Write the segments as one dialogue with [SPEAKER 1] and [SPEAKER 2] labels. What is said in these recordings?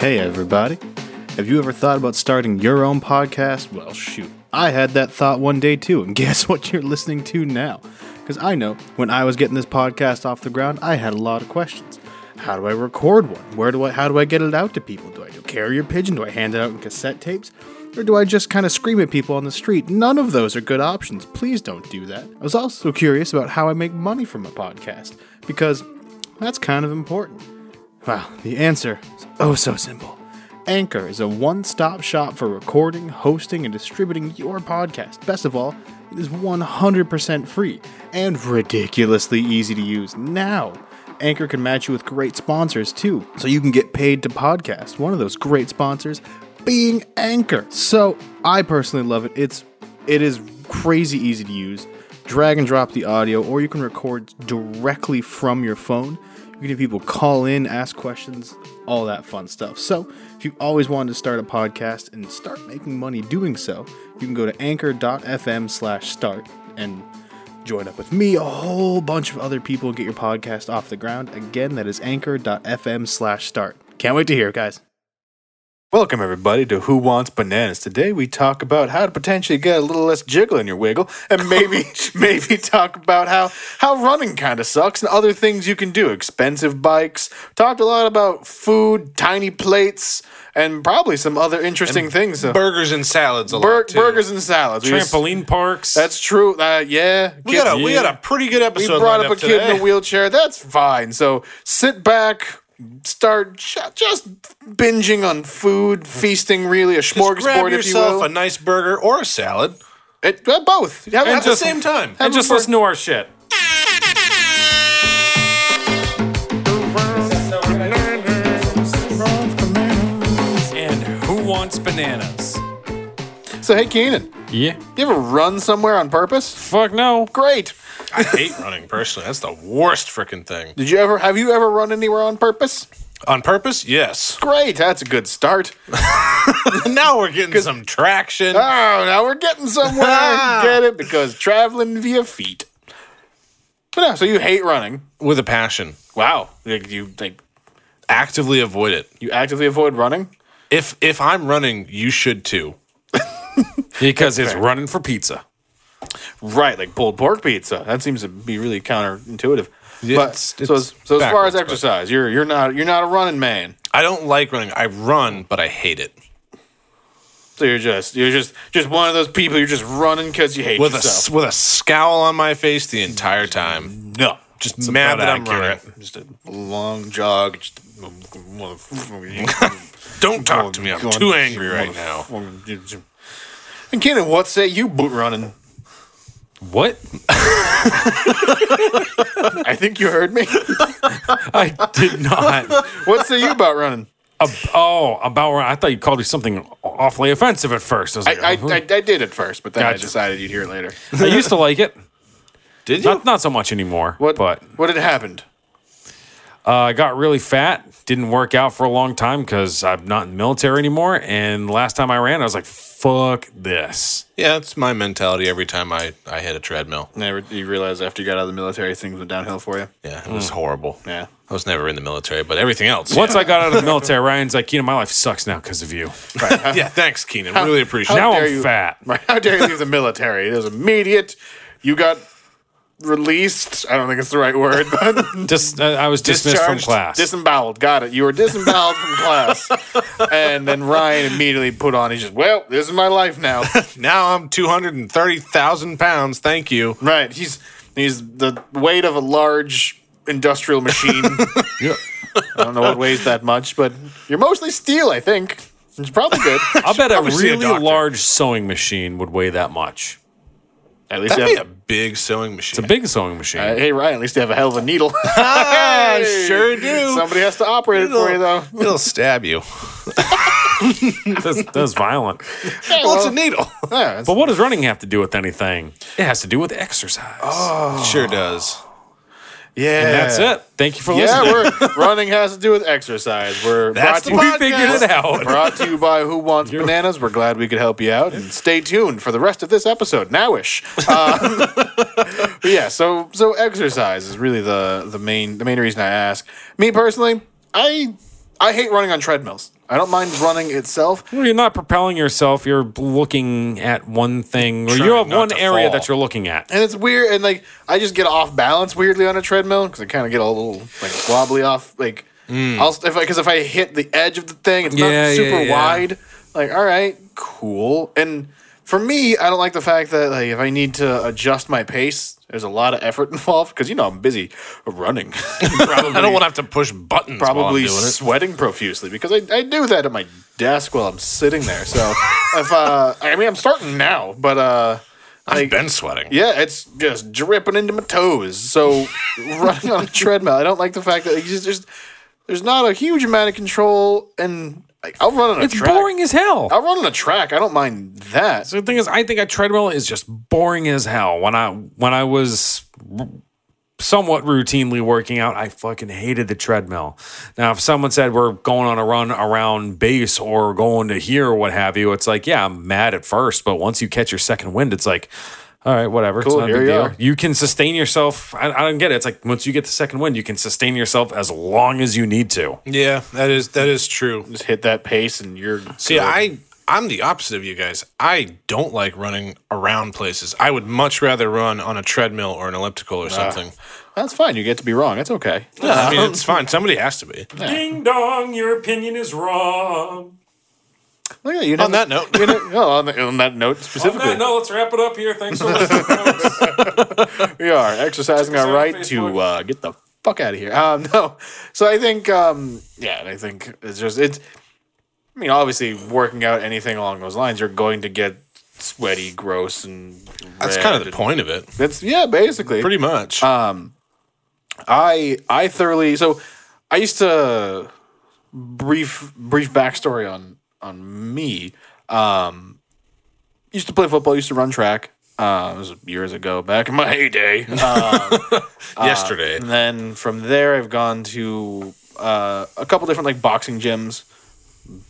[SPEAKER 1] Hey, everybody. Have you ever thought about starting your own podcast? Well, shoot. I had that thought one day too, and guess what you're listening to now? Because I know when I was getting this podcast off the ground, I had a lot of questions. How do I record one? Where do I? How do I get it out to people? Do I do carrier pigeon? Do I hand it out in cassette tapes? Or do I just kind of scream at people on the street? None of those are good options. Please don't do that. I was also curious about how I make money from a podcast because that's kind of important. Well, the answer is oh so simple. Anchor is a one stop shop for recording, hosting, and distributing your podcast. Best of all, it is 100% free and ridiculously easy to use now. Anchor can match you with great sponsors too, so you can get paid to podcast. One of those great sponsors being Anchor. So I personally love it. It's it is crazy easy to use. Drag and drop the audio, or you can record directly from your phone. You can have people call in, ask questions, all that fun stuff. So, if you always wanted to start a podcast and start making money doing so, you can go to anchor.fm slash start and join up with me, a whole bunch of other people, and get your podcast off the ground. Again, that is anchor.fm slash start. Can't wait to hear, it, guys. Welcome, everybody, to Who Wants Bananas. Today, we talk about how to potentially get a little less jiggle in your wiggle, and maybe, maybe talk about how, how running kind of sucks and other things you can do. Expensive bikes, talked a lot about food, tiny plates, and probably some other interesting things. So-
[SPEAKER 2] burgers and salads a
[SPEAKER 1] Bur-
[SPEAKER 2] lot too.
[SPEAKER 1] burgers and salads. We just-
[SPEAKER 2] trampoline parks.
[SPEAKER 1] that's true. Uh, yeah.
[SPEAKER 2] we got a
[SPEAKER 1] Kids-
[SPEAKER 2] we got a pretty good
[SPEAKER 1] we
[SPEAKER 2] episode.
[SPEAKER 1] brought
[SPEAKER 2] lined
[SPEAKER 1] up a kid
[SPEAKER 2] today.
[SPEAKER 1] in a wheelchair. That's fine. So sit back, start ju- just binging on food, feasting really a
[SPEAKER 2] Just grab
[SPEAKER 1] smorgasbord, if you
[SPEAKER 2] yourself
[SPEAKER 1] will.
[SPEAKER 2] a nice burger or a salad,
[SPEAKER 1] It- uh, both. Have it
[SPEAKER 2] and
[SPEAKER 1] at the
[SPEAKER 2] just-
[SPEAKER 1] same time.
[SPEAKER 2] and just listen to our shit. And who wants bananas?
[SPEAKER 1] So hey, Keenan,
[SPEAKER 3] Yeah.
[SPEAKER 1] you ever run somewhere on purpose?
[SPEAKER 3] Fuck no.
[SPEAKER 1] Great.
[SPEAKER 2] I hate running personally. That's the worst freaking thing.
[SPEAKER 1] Did you ever? Have you ever run anywhere on purpose?
[SPEAKER 2] On purpose, yes.
[SPEAKER 1] Great. That's a good start.
[SPEAKER 2] now we're getting some traction.
[SPEAKER 1] Oh, now we're getting somewhere. I Get it? Because traveling via feet. But no, so you hate running.
[SPEAKER 2] with a passion. Wow,
[SPEAKER 1] Like you like
[SPEAKER 2] actively avoid it.
[SPEAKER 1] you actively avoid running.
[SPEAKER 2] If if I'm running, you should too.
[SPEAKER 3] Because it's running for pizza.
[SPEAKER 1] Right, like pulled pork pizza. That seems to be really counterintuitive.
[SPEAKER 2] Yeah,
[SPEAKER 1] but
[SPEAKER 2] it's-
[SPEAKER 1] so,
[SPEAKER 2] it's
[SPEAKER 1] so as far as
[SPEAKER 2] backwards, but-
[SPEAKER 1] exercise, you're you're not you're not a running man.
[SPEAKER 2] I don't like running. I run, but I hate it.
[SPEAKER 1] So you're just you're just just one of those people. You're just running because you hate
[SPEAKER 2] with a
[SPEAKER 1] yourself.
[SPEAKER 2] s- with a scowl on my face the entire time.
[SPEAKER 1] no,
[SPEAKER 2] Just mad that
[SPEAKER 3] about
[SPEAKER 2] I'm
[SPEAKER 3] accurate.
[SPEAKER 2] running.
[SPEAKER 1] just a long jog. Just
[SPEAKER 2] Don't talk to me. I'm too angry right now.
[SPEAKER 1] And Kenan, what say you boot running?
[SPEAKER 3] What?
[SPEAKER 1] I think you heard me.
[SPEAKER 3] I did not.
[SPEAKER 1] What say you about running?
[SPEAKER 3] Ab- oh, about I thought you called me something awfully offensive at first. I, was like,
[SPEAKER 1] I, I, I, I did it first, but then I
[SPEAKER 3] Gotcha.
[SPEAKER 1] decided you'd hear it later.
[SPEAKER 3] I used to like it.
[SPEAKER 2] Did you?
[SPEAKER 3] Not not so much anymore.
[SPEAKER 1] What
[SPEAKER 3] But
[SPEAKER 1] what had happened?
[SPEAKER 3] uh, I got really fat. Didn't work out for a long time because I'm not in the military anymore. And last time I ran, I was like, "Fuck this."
[SPEAKER 2] Yeah, that's my mentality every time I, I hit a treadmill.
[SPEAKER 1] Never, you realize after you got out of the military, things went downhill for you.
[SPEAKER 2] Yeah, it was
[SPEAKER 3] Hmm.
[SPEAKER 2] horrible.
[SPEAKER 1] Yeah.
[SPEAKER 2] I was never in the military, but everything else.
[SPEAKER 3] Once I got out of the military, Ryan's like, "You know, my life sucks now because of you."
[SPEAKER 2] yeah. yeah, thanks, Keenan. Really appreciate
[SPEAKER 3] now
[SPEAKER 2] it.
[SPEAKER 1] dare
[SPEAKER 3] Oh, I'm
[SPEAKER 1] you.
[SPEAKER 3] fat.
[SPEAKER 1] Right? How dare you leave the military? It was immediate. You got released. I don't think it's the right word, but
[SPEAKER 3] Dis- uh, I was dismissed from
[SPEAKER 1] discharged,
[SPEAKER 3] class.
[SPEAKER 1] disemboweled. Got it. You were disemboweled from class, and then Ryan immediately put on. He's just, well, this is my life now.
[SPEAKER 2] Now I'm 230,000 pounds. Thank you.
[SPEAKER 1] right? He's he's the weight of a large industrial machine.
[SPEAKER 3] Yeah.
[SPEAKER 1] I don't know what weighs that much, but you're mostly steel, I think. It's probably good.
[SPEAKER 3] I'll bet a
[SPEAKER 2] Probably see a
[SPEAKER 3] really
[SPEAKER 2] doctor.
[SPEAKER 3] large sewing machine would weigh that much.
[SPEAKER 1] At least
[SPEAKER 2] That'd
[SPEAKER 1] you
[SPEAKER 2] be
[SPEAKER 1] have,
[SPEAKER 2] a big sewing machine.
[SPEAKER 3] It's a big sewing machine.
[SPEAKER 1] uh, hey Ryan, at least you have a hell of a needle.
[SPEAKER 2] I sure do.
[SPEAKER 1] Somebody has to operate it for you though.
[SPEAKER 2] It'll stab you.
[SPEAKER 3] That's, that's violent.
[SPEAKER 2] Well, it's a needle.
[SPEAKER 1] Yeah, it's-
[SPEAKER 3] But what does running have to do with anything? It has to do with exercise.
[SPEAKER 2] Oh, sure does.
[SPEAKER 1] yeah.
[SPEAKER 3] and that's it. Thank you for
[SPEAKER 1] Yeah,
[SPEAKER 3] listening.
[SPEAKER 1] we're running has to do with exercise. We're
[SPEAKER 2] That's
[SPEAKER 1] brought
[SPEAKER 2] the
[SPEAKER 1] to, you,
[SPEAKER 3] we figured it out.
[SPEAKER 1] brought to you by Who Wants Bananas. We're glad we could help you out, and stay tuned for the rest of this episode. Nowish, um, but yeah. So so exercise is really the the main the main reason I ask. Me personally, I I hate running on treadmills. I don't mind running itself.
[SPEAKER 3] Well, you're not propelling yourself. You're looking at one thing, or you
[SPEAKER 2] Trying
[SPEAKER 3] have
[SPEAKER 2] not
[SPEAKER 3] one
[SPEAKER 2] to
[SPEAKER 3] area
[SPEAKER 2] fall.
[SPEAKER 3] that you're looking at.
[SPEAKER 1] And it's weird, and like I just get off balance weirdly on a treadmill because I kind of get a little like wobbly off. Like I'll if because if I hit the edge of the thing, it's
[SPEAKER 3] Mm. Yeah,
[SPEAKER 1] not
[SPEAKER 3] yeah,
[SPEAKER 1] super
[SPEAKER 3] yeah.
[SPEAKER 1] wide. Like all right, cool. And for me, I don't like the fact that like if I need to adjust my pace, there's a lot of effort involved because you know I'm busy running,
[SPEAKER 2] I don't want to have to push buttons. Probably.
[SPEAKER 1] probably sweating profusely because I, I do that at my desk while I'm sitting there. So if uh, I mean I'm starting now, but uh,
[SPEAKER 2] I've
[SPEAKER 1] like-
[SPEAKER 2] been sweating.
[SPEAKER 1] yeah, it's just dripping into my toes. So running on a treadmill, I don't like the fact that like, just, just there's not a huge amount of control, and like, I'll run on a
[SPEAKER 3] It's
[SPEAKER 1] track.
[SPEAKER 3] boring as hell.
[SPEAKER 1] I'll run on a track. I don't mind that.
[SPEAKER 3] So the thing is, I think a treadmill is just boring as hell. When I when I was r- somewhat routinely working out, I fucking hated the treadmill. Now, if someone said we're going on a run around base or going to here or what have you, it's like, yeah, I'm mad at first, but once you catch your second wind, it's like. All right, whatever.
[SPEAKER 1] Cool,
[SPEAKER 3] it's not a
[SPEAKER 1] here
[SPEAKER 3] big
[SPEAKER 1] you
[SPEAKER 3] deal.
[SPEAKER 1] are.
[SPEAKER 3] You can sustain yourself. I, I don't get it. It's like once you get the second wind, you can sustain yourself as long as you need to.
[SPEAKER 2] Yeah, that is that is true.
[SPEAKER 1] Just hit that pace, and you're
[SPEAKER 2] See, I I'm the opposite of you guys. I don't like running around places. I would much rather run on a treadmill or an elliptical or something.
[SPEAKER 1] that's fine. You get to be wrong. That's okay.
[SPEAKER 2] I mean, it's fine. Somebody has to be.
[SPEAKER 3] Ding dong, your opinion is wrong.
[SPEAKER 1] Look at that, you
[SPEAKER 2] On
[SPEAKER 1] never-
[SPEAKER 2] that note.
[SPEAKER 1] you know, no, on, the, on that note specifically,
[SPEAKER 3] no, let's wrap it up here. Thanks for listening, folks.
[SPEAKER 1] we are exercising
[SPEAKER 3] Exercise
[SPEAKER 1] our
[SPEAKER 3] on
[SPEAKER 1] right
[SPEAKER 3] Facebook.
[SPEAKER 1] to uh, get the fuck out of here. Um, no, so I think, um, yeah, and I think it's just it's. I mean, obviously, working out anything along those lines, you're going to get sweaty, gross, and
[SPEAKER 2] That's kind of the point of it.
[SPEAKER 1] That's yeah, basically.
[SPEAKER 2] Pretty much.
[SPEAKER 1] I I thoroughly so I used to brief brief backstory on on me. Um, used to play football. Used to run track. Uh, it was years ago, back in my heyday.
[SPEAKER 2] uh, Yesterday.
[SPEAKER 1] And then from there, I've gone to uh, a couple different like boxing gyms,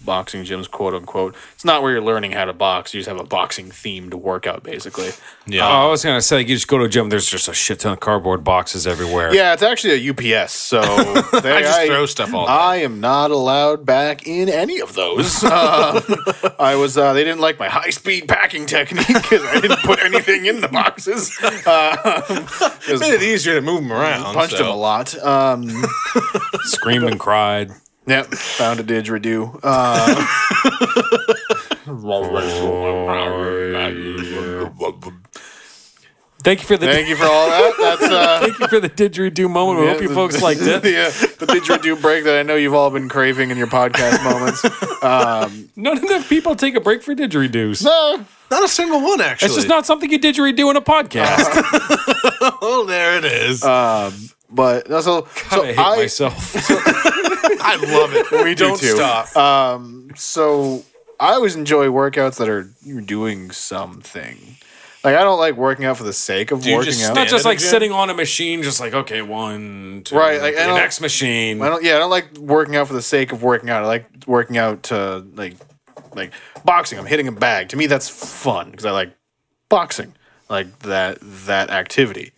[SPEAKER 1] boxing gyms, quote unquote. It's not where you're learning how to box. You just have a boxing themed workout, basically.
[SPEAKER 2] yeah.
[SPEAKER 3] Oh, I was gonna say, you just go to a gym. There's just a shit ton of cardboard boxes everywhere.
[SPEAKER 1] Yeah, it's actually a UPS, so they,
[SPEAKER 2] I just throw stuff all day.
[SPEAKER 1] I am not allowed back in any of those. Um, I was. Uh, they didn't like my high speed packing technique because I didn't put anything in the boxes. Um,
[SPEAKER 2] it's made it easier to move them around.
[SPEAKER 1] Punched
[SPEAKER 2] so.
[SPEAKER 1] them a lot. Um,
[SPEAKER 3] Screamed and cried.
[SPEAKER 1] Yep, found a didgeridoo. Uh,
[SPEAKER 3] Thank you for the
[SPEAKER 1] thank you for all that. That's uh,
[SPEAKER 3] thank you for the didgeridoo moment. We hope you folks liked it.
[SPEAKER 1] Yeah, the didgeridoo break that I know you've all been craving in your podcast moments.
[SPEAKER 3] Not enough people take a break for didgeridoos.
[SPEAKER 1] No,
[SPEAKER 2] Not a single one, actually.
[SPEAKER 3] It's just not something you didgeridoo in a podcast.
[SPEAKER 2] Oh, there it is.
[SPEAKER 1] but that's all.
[SPEAKER 3] God,
[SPEAKER 1] so
[SPEAKER 3] I hate
[SPEAKER 1] I,
[SPEAKER 3] myself.
[SPEAKER 2] I love it.
[SPEAKER 1] We do
[SPEAKER 2] Don't
[SPEAKER 1] too.
[SPEAKER 2] stop.
[SPEAKER 1] Um, so I always enjoy workouts that are you're doing something. Like I don't like working out for the sake of
[SPEAKER 2] you
[SPEAKER 1] working
[SPEAKER 2] just
[SPEAKER 1] out.
[SPEAKER 3] Not
[SPEAKER 2] stand
[SPEAKER 3] just
[SPEAKER 2] in a
[SPEAKER 3] like
[SPEAKER 2] gym?
[SPEAKER 3] sitting on a machine, just like okay, one, two,
[SPEAKER 1] Right, like, I
[SPEAKER 3] the
[SPEAKER 1] don't-
[SPEAKER 3] next machine.
[SPEAKER 1] I don't. Yeah, I don't like working out for the sake of working out. I like working out to like like boxing. I'm hitting a bag. To me, that's fun because I like boxing. I Like that that activity,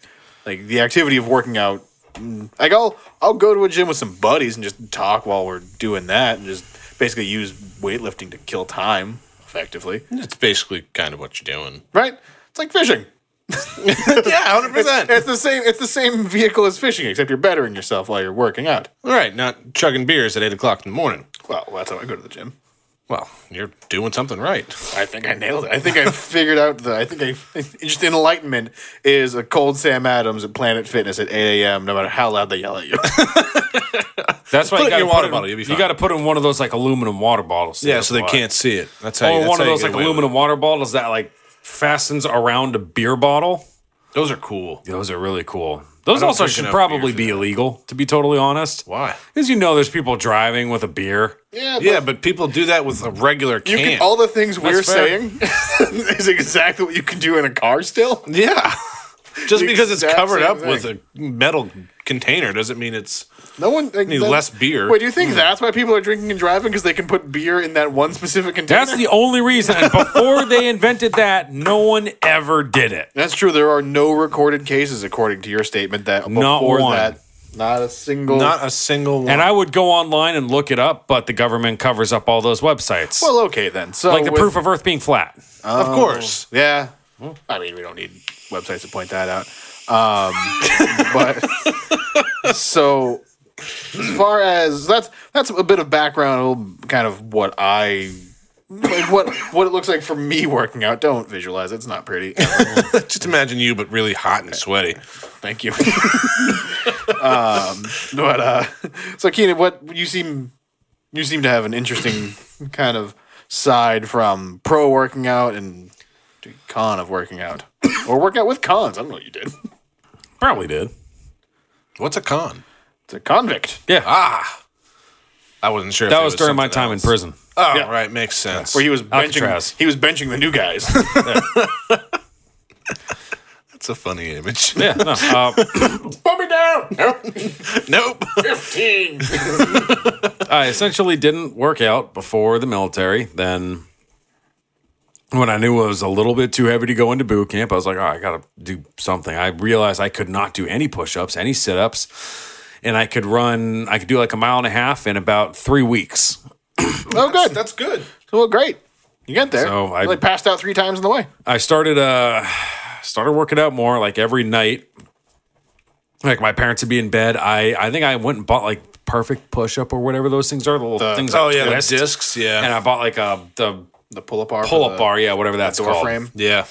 [SPEAKER 1] like the activity of working out. Mm, Like I'll I'll go to a gym with some buddies and just talk while we're doing that, and just basically use weightlifting to kill time effectively.
[SPEAKER 2] It's basically kind of what you're doing.
[SPEAKER 1] Right? It's like fishing.
[SPEAKER 2] Yeah, 100%.
[SPEAKER 1] It's the same. It's the same vehicle as fishing, except you're bettering yourself while you're working out.
[SPEAKER 2] All right, not chugging beers at 8 o'clock in the morning.
[SPEAKER 1] Well, that's how I go to the gym.
[SPEAKER 2] Well, you're doing something right.
[SPEAKER 1] I think I nailed it. I think I figured out the. I think I just enlightenment is a cold Sam Adams at Planet Fitness at 8 a.m. No matter how loud they yell at you.
[SPEAKER 3] That's why
[SPEAKER 2] Put it
[SPEAKER 3] you
[SPEAKER 2] in
[SPEAKER 3] got
[SPEAKER 2] your
[SPEAKER 3] to
[SPEAKER 2] water
[SPEAKER 3] put
[SPEAKER 2] bottle, you'll
[SPEAKER 3] in,
[SPEAKER 2] be
[SPEAKER 3] you
[SPEAKER 2] fine.
[SPEAKER 3] got to put in one of those like aluminum water bottles.
[SPEAKER 2] Yeah, so they
[SPEAKER 3] But-
[SPEAKER 2] can't see it. That's how.
[SPEAKER 3] Or
[SPEAKER 2] that's
[SPEAKER 3] one
[SPEAKER 2] how
[SPEAKER 3] of
[SPEAKER 2] you
[SPEAKER 3] those
[SPEAKER 2] get
[SPEAKER 3] like
[SPEAKER 2] away with
[SPEAKER 3] aluminum water bottles that like fastens around a beer bottle.
[SPEAKER 2] it. Those are cool.
[SPEAKER 3] Those are really cool. Those
[SPEAKER 2] don't
[SPEAKER 3] also
[SPEAKER 2] drink
[SPEAKER 3] should
[SPEAKER 2] enough
[SPEAKER 3] probably
[SPEAKER 2] beer for
[SPEAKER 3] be illegal, to be totally honest.
[SPEAKER 2] Why?
[SPEAKER 3] Because you know there's people driving with a beer.
[SPEAKER 1] yeah,
[SPEAKER 2] Yeah, but people do that with a regular
[SPEAKER 1] you
[SPEAKER 2] can.
[SPEAKER 1] can. All the things we're
[SPEAKER 3] fair.
[SPEAKER 1] saying is exactly what you can do in a car. Still,
[SPEAKER 2] yeah. Just
[SPEAKER 1] The
[SPEAKER 2] because it's
[SPEAKER 1] exact
[SPEAKER 2] covered
[SPEAKER 1] same
[SPEAKER 2] up with a metal container doesn't mean it's.
[SPEAKER 1] no one like,
[SPEAKER 2] Need
[SPEAKER 1] that-
[SPEAKER 2] less beer.
[SPEAKER 1] Wait, do you think
[SPEAKER 3] Hmm.
[SPEAKER 1] that's why people are drinking and driving because they can put beer in that one specific container?
[SPEAKER 3] That's the only reason. And before they invented that, no one ever did it.
[SPEAKER 1] That's true. There are no recorded cases, according to your statement. That
[SPEAKER 3] Not
[SPEAKER 1] before
[SPEAKER 3] one.
[SPEAKER 1] that, Not a single.
[SPEAKER 2] Not a single one.
[SPEAKER 3] And I would go online and look it up, but the government covers up all those websites.
[SPEAKER 1] well, okay then. So
[SPEAKER 3] like the
[SPEAKER 1] with-
[SPEAKER 3] proof of Earth being flat.
[SPEAKER 2] of course.
[SPEAKER 1] Yeah. I mean, we don't need websites to point that out. Um, but so as far as that's that's a bit of background, a little kind of what I like what what it looks like for me working out. Don't visualize; it's not pretty.
[SPEAKER 2] Just imagine you, but really hot and sweaty.
[SPEAKER 1] Thank you. um, but uh, so Keenan, what you seem you seem to have an interesting kind of side from pro working out and to con of working out, or working out with cons. I don't know what you did.
[SPEAKER 3] Probably did.
[SPEAKER 2] What's a con?
[SPEAKER 1] It's a convict
[SPEAKER 3] Yeah.
[SPEAKER 2] Ah, I wasn't sure. if
[SPEAKER 3] that
[SPEAKER 2] it
[SPEAKER 3] was during my
[SPEAKER 2] something
[SPEAKER 3] time
[SPEAKER 2] else.
[SPEAKER 3] in prison.
[SPEAKER 2] Oh, right, makes sense.
[SPEAKER 1] where he was benching.
[SPEAKER 3] Alcatraz.
[SPEAKER 1] He was benching the new guys.
[SPEAKER 2] That's a funny image.
[SPEAKER 3] Yeah. No, uh,
[SPEAKER 1] Put me down.
[SPEAKER 2] nope.
[SPEAKER 1] Fifteen.
[SPEAKER 3] I essentially didn't work out before the military. Then, when I knew I was a little bit too heavy to go into boot camp, I was like, "All right, I got to do something." I realized I could not do any push ups, any sit ups, and I could run. I could do like a mile and a half in about three weeks.
[SPEAKER 1] Oh, good. That's
[SPEAKER 2] That's good.
[SPEAKER 1] well, great. You get there.
[SPEAKER 3] So I-
[SPEAKER 1] like passed out three times in the way.
[SPEAKER 3] I started uh started working out more like every night. Like my parents would be in bed. I I think I went and bought like perfect push up or whatever those things are. The little things.
[SPEAKER 2] Oh
[SPEAKER 3] that
[SPEAKER 2] yeah,
[SPEAKER 3] twist.
[SPEAKER 2] the discs. Yeah,
[SPEAKER 3] And I bought like a the
[SPEAKER 1] The pull-up bar. for
[SPEAKER 3] pull up
[SPEAKER 1] the
[SPEAKER 3] bar. Yeah, whatever that's
[SPEAKER 1] Door
[SPEAKER 3] called.
[SPEAKER 1] frame.
[SPEAKER 2] yeah.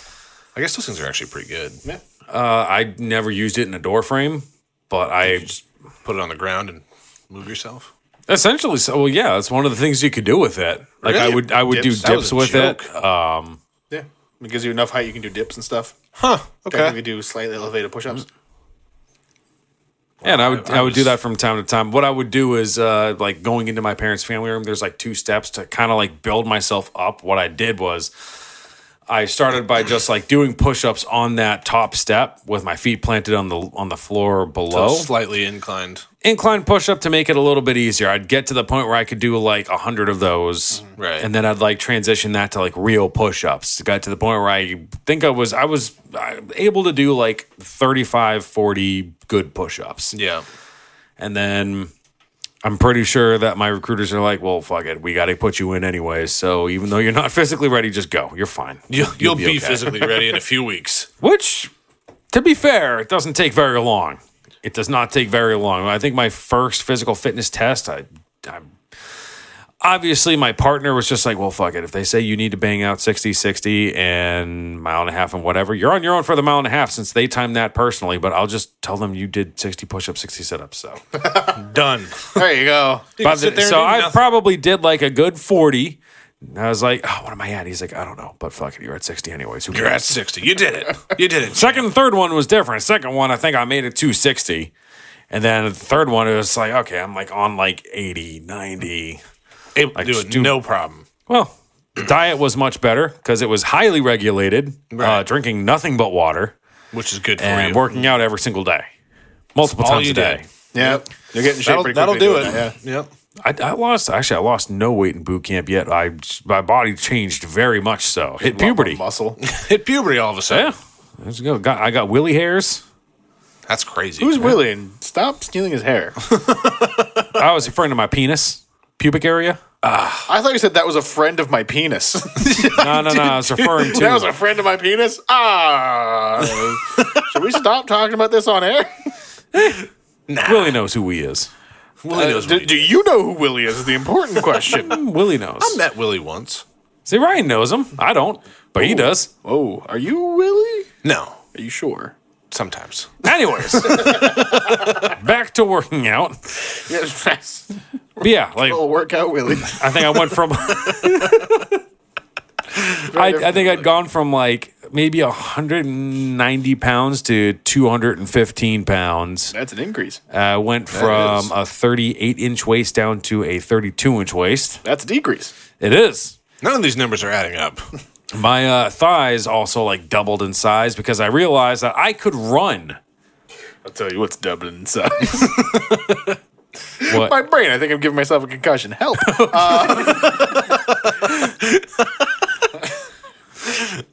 [SPEAKER 2] I guess those things are actually pretty good.
[SPEAKER 1] Yeah.
[SPEAKER 3] Uh, I never used it in a door frame, but I
[SPEAKER 2] Put it on the ground and move yourself.
[SPEAKER 3] essentially so. Well, yeah, that's one of the things you could do with it. Like I
[SPEAKER 2] Really?
[SPEAKER 3] would I would
[SPEAKER 1] Dips. That
[SPEAKER 3] do
[SPEAKER 2] was
[SPEAKER 3] dips
[SPEAKER 2] a
[SPEAKER 3] with it.
[SPEAKER 2] joke.
[SPEAKER 3] Um,
[SPEAKER 1] Yeah. It gives you enough height. You can do dips and stuff.
[SPEAKER 2] Huh.
[SPEAKER 1] Okay.
[SPEAKER 2] Okay.
[SPEAKER 1] We do slightly elevated push-ups.
[SPEAKER 3] Yeah, and I would
[SPEAKER 2] I-
[SPEAKER 3] I,
[SPEAKER 2] I
[SPEAKER 3] would do
[SPEAKER 2] was-
[SPEAKER 3] that from time to time. What I would do is uh, like going into my parents' family room. There's like two steps to kind of like build myself up. What I did was I started by just like doing push-ups on that top step with my feet planted on the on the floor below.
[SPEAKER 2] Slightly inclined.
[SPEAKER 3] Incline push-up to make it a little bit easier. I'd get to the point where I could do like a hundred of those,
[SPEAKER 2] Mm-hmm. Right.
[SPEAKER 3] And then I'd like transition that to like real push-ups. Got to the point where I think I was I was uh, able to do like 35, 40 good push-ups.
[SPEAKER 2] Yeah.
[SPEAKER 3] And then I'm pretty sure that my recruiters are like, well, fuck it. We got to put you in anyway. So even though you're not physically ready, just go. You're fine.
[SPEAKER 2] You'll, you'll, be,
[SPEAKER 3] okay.
[SPEAKER 2] physically ready in a few weeks.
[SPEAKER 3] Which, to be fair, it doesn't take very long. It does not take very long. I think my first physical fitness test, I, I obviously my partner was just like, well, fuck it. If they say you need to bang out 60, 60 and mile and a half and whatever, you're on your own for the mile and a half since they timed that personally. But I'll just tell them you did 60 push ups, 60 sit ups. So.
[SPEAKER 2] Done.
[SPEAKER 1] There you go.
[SPEAKER 2] You
[SPEAKER 3] By
[SPEAKER 2] can sit
[SPEAKER 3] the-
[SPEAKER 2] there and
[SPEAKER 3] so
[SPEAKER 2] do
[SPEAKER 3] I
[SPEAKER 2] nothing.
[SPEAKER 3] probably did like a good 40. And I was like, oh, what am I at? He's like, I don't know, but fuck it. You're at 60 anyways. Who
[SPEAKER 2] You're at
[SPEAKER 3] cares?
[SPEAKER 2] 60. You did it. You did it.
[SPEAKER 3] Second and third one was different. Second one, I think I made it 260. And then the third one, it was like, okay, I'm like on like 80, 90.
[SPEAKER 2] Able to do it.
[SPEAKER 3] stu-
[SPEAKER 2] No problem.
[SPEAKER 3] Well, the diet was much better because it was highly regulated, uh, drinking nothing but water
[SPEAKER 2] Which is good for
[SPEAKER 3] and
[SPEAKER 2] you.
[SPEAKER 3] working out every single day, multiple
[SPEAKER 2] All
[SPEAKER 3] times
[SPEAKER 2] you
[SPEAKER 3] a day.
[SPEAKER 2] did.
[SPEAKER 1] Yep. You're getting shape
[SPEAKER 2] That'll,
[SPEAKER 1] pretty
[SPEAKER 2] that'll
[SPEAKER 1] quickly
[SPEAKER 2] do
[SPEAKER 1] doing
[SPEAKER 2] it.
[SPEAKER 1] that,
[SPEAKER 2] Yep.
[SPEAKER 3] I, I lost actually I lost no weight in boot camp yet. I my body changed very much so. Hit
[SPEAKER 1] Yeah.
[SPEAKER 3] puberty.
[SPEAKER 1] Muscle.
[SPEAKER 2] Hit puberty all of a sudden.
[SPEAKER 3] Yeah. Let's go. Got, I got willy hairs.
[SPEAKER 2] That's crazy.
[SPEAKER 1] Who's Willie? And stop stealing his hair.
[SPEAKER 3] I was referring to my penis, pubic area.
[SPEAKER 1] I thought you said that was a friend of my penis.
[SPEAKER 3] No, no, no. I was referring to.
[SPEAKER 1] that was a friend of my penis? Ah. Should we stop talking about this on air?
[SPEAKER 3] Willie knows who he is.
[SPEAKER 2] Willie knows
[SPEAKER 1] Uh, do,
[SPEAKER 2] Willie.
[SPEAKER 1] do you know who Willie is? Is the important question.
[SPEAKER 3] Willie knows.
[SPEAKER 2] met Willie once.
[SPEAKER 3] See, Ryan knows him. I don't, but he does.
[SPEAKER 1] oh, are you Willie?
[SPEAKER 2] No.
[SPEAKER 1] Are you sure?
[SPEAKER 2] Sometimes.
[SPEAKER 3] Anyways, back to working out.
[SPEAKER 1] Yes.
[SPEAKER 3] But yeah, like
[SPEAKER 1] We'll work out Willie.
[SPEAKER 3] I think I went from. I, I think I'd gone from like maybe 190 pounds to 215 pounds.
[SPEAKER 1] That's an increase.
[SPEAKER 3] I went from
[SPEAKER 2] is.
[SPEAKER 3] a 38 inch waist down to a 32 inch waist.
[SPEAKER 1] That's a decrease.
[SPEAKER 3] It is.
[SPEAKER 2] None of these numbers are adding up.
[SPEAKER 3] My uh, thighs also like doubled in size because I realized that I could run.
[SPEAKER 1] I'll tell you what's doubling in size.
[SPEAKER 3] What?
[SPEAKER 1] My brain. I think I'm giving myself a concussion. Help.